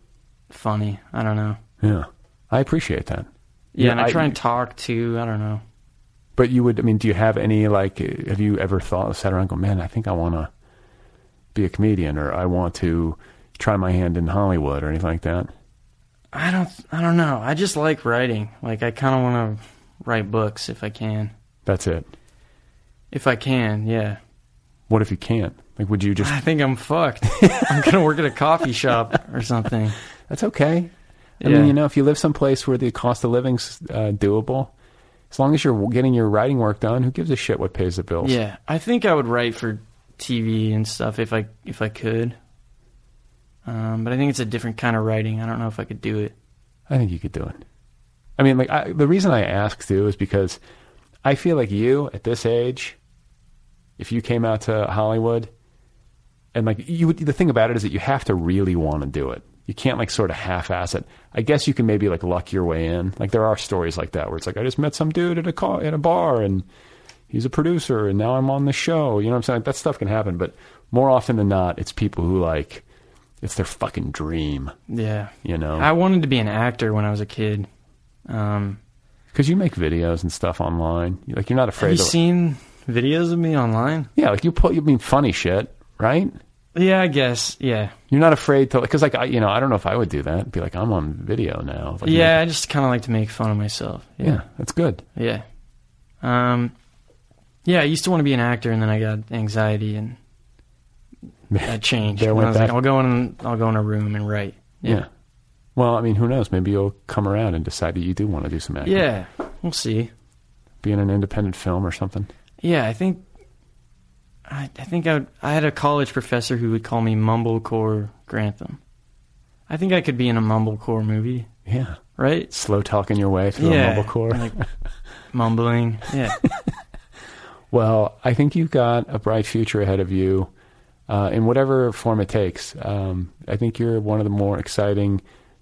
funny. I don't know.
Yeah. I appreciate that.
Yeah, and I, try and talk too. I don't know.
But you would. I mean, do you have any like? Have you ever thought sat around and go, man, I think I want to be a comedian, or I want to try my hand in Hollywood, or anything like that?
I don't. I don't know. I just like writing. Like I kind of want to write books if I can.
That's it.
If I can, yeah.
What if you can't? Like, would you just?
I think I'm fucked. I'm gonna work at a coffee shop or something.
That's okay. I
Yeah.
mean, you know, if you live someplace where the cost of living's uh, doable, as long as you're getting your writing work done, who gives a shit what pays the bills?
Yeah, I think I would write for TV and stuff if I if I could. Um, but I think it's a different kind of writing. I don't know if I could do it.
I think you could do it. I mean, like I, the reason I ask too is because I feel like you at this age, if you came out to Hollywood, and like you, would, the thing about it is that you have to really want to do it. You can't like sort of half-ass it. I guess you can maybe like luck your way in. Like there are stories like that where it's like I just met some dude at a car at a bar and he's a producer and now I'm on the show. You know what I'm saying? Like, that stuff can happen, but more often than not, it's people who like it's their fucking dream.
Yeah,
You know,
I wanted to be an actor when I was a kid. Um,
Because you make videos and stuff online. You- Like you're not afraid
have you
to.
seen videos of me online?
yeah, like you put. You mean funny shit, right?
Yeah, I guess. Yeah,
You're not afraid to. Because like I, you know, I don't know if I would do that. Be like, I'm on video now. Like,
yeah. I just kind of like to make fun of myself.
yeah, that's good.
yeah, yeah. Um, yeah. I used to want to be an actor, and then I got anxiety, and I changed.
There
And
went
I was like,
that-
I'll go in. I'll go in a room and write.
Yeah. Well, I mean, who knows? Maybe you'll come around and decide that you do want to do some acting.
Yeah, we'll see.
Be in an independent film or something.
Yeah, I think I, I think I, would- I had a college professor who would call me Mumblecore Grantham. I think I could be in a Mumblecore movie,
Yeah.
right?
Slow talking your way through
yeah,
a mumblecore.
like mumbling. Yeah,
Well, I think you've got a bright future ahead of you uh, in whatever form it takes. Um, I think you're one of the more exciting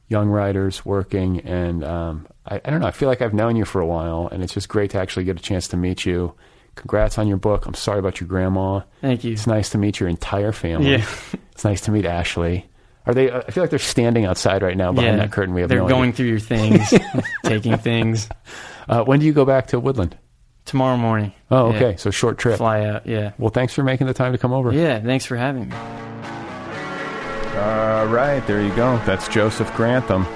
young writers working. And um, I, I don't know, I feel like I've known you for a while, and it's just great to actually get a chance to meet you. Congrats on your book. I'm sorry about your grandma.
thank you.
It's nice to meet your entire family.
Yeah.
it's nice to meet Ashley. Are they? I feel like they're standing outside right now behind
yeah,
that curtain. We have
they're
no idea.
going through your things, taking things.
Uh, when do you go back to Woodland?
Tomorrow morning.
Oh,
Yeah.
okay. So short trip.
Fly out. Yeah.
Well, thanks for making the time to come over.
Yeah. Thanks for having me.
All right, there you go.
That's Joseph Grantham.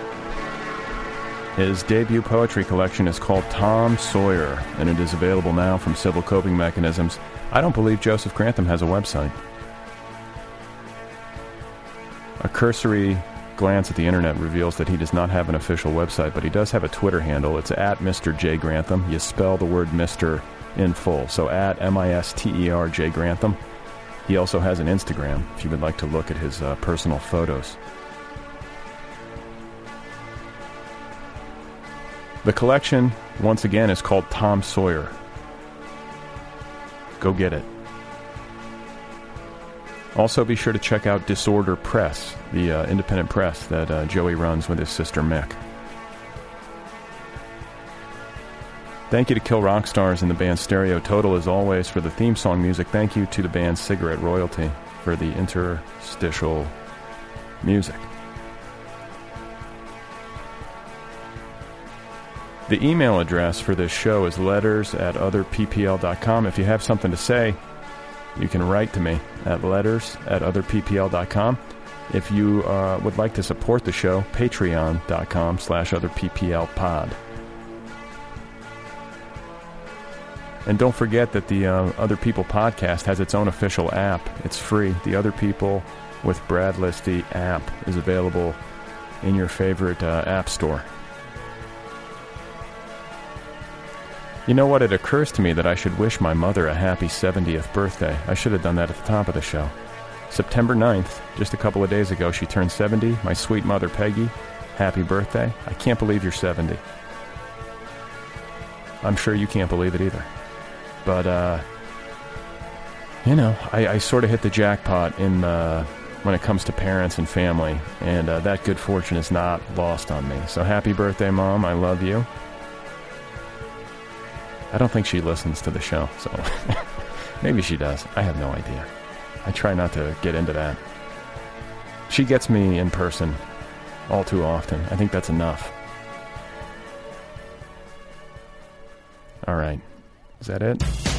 His debut poetry collection is called Tom Sawyer, and it is available now from Civil Coping Mechanisms. I don't believe Joseph Grantham has a website. A cursory glance at the internet reveals that he does not have an official website, but he does have a Twitter handle. It's at Mr. J. Grantham. You spell the word Mr. in full. So at M I S T E R J Grantham. He also has an Instagram if you would like to look at his uh, personal photos.
The collection, once again, is called Tom Sawyer. Go get it. Also, be sure to check out Disorder Press, the uh, independent press that uh, Joey runs with his sister Mick. Thank you to Kill Rock Stars and the band Stereo Total, as always, for the theme song music. Thank you to the band Cigarette Royalty for the interstitial music. The email address for this show is letters at otherppl.com. If you have something to say, you can write to me at letters at otherppl.com. If you uh, would like to support the show, patreon.com slash otherpplpod. And don't forget that the uh, Other People podcast has its own official app. It's free. The Other People with Brad Listy app is available in your favorite uh, app store. You know what? It occurs to me that I should wish my mother a happy 70th birthday. I should have done that at the top of the show. September 9th, just a couple of days ago, she turned 70. My sweet mother, Peggy, happy birthday. I can't believe you're 70. I'm sure you can't believe it either. But, uh, you know, I, I sort of hit the jackpot in uh, when it comes to parents and family, and uh, that good fortune is not lost on me. So happy birthday, Mom. I love you. I don't think she listens to the show, so maybe she does. I have no idea. I try not to get into that. She gets me in person all too often. I think that's enough. All right. Is that it?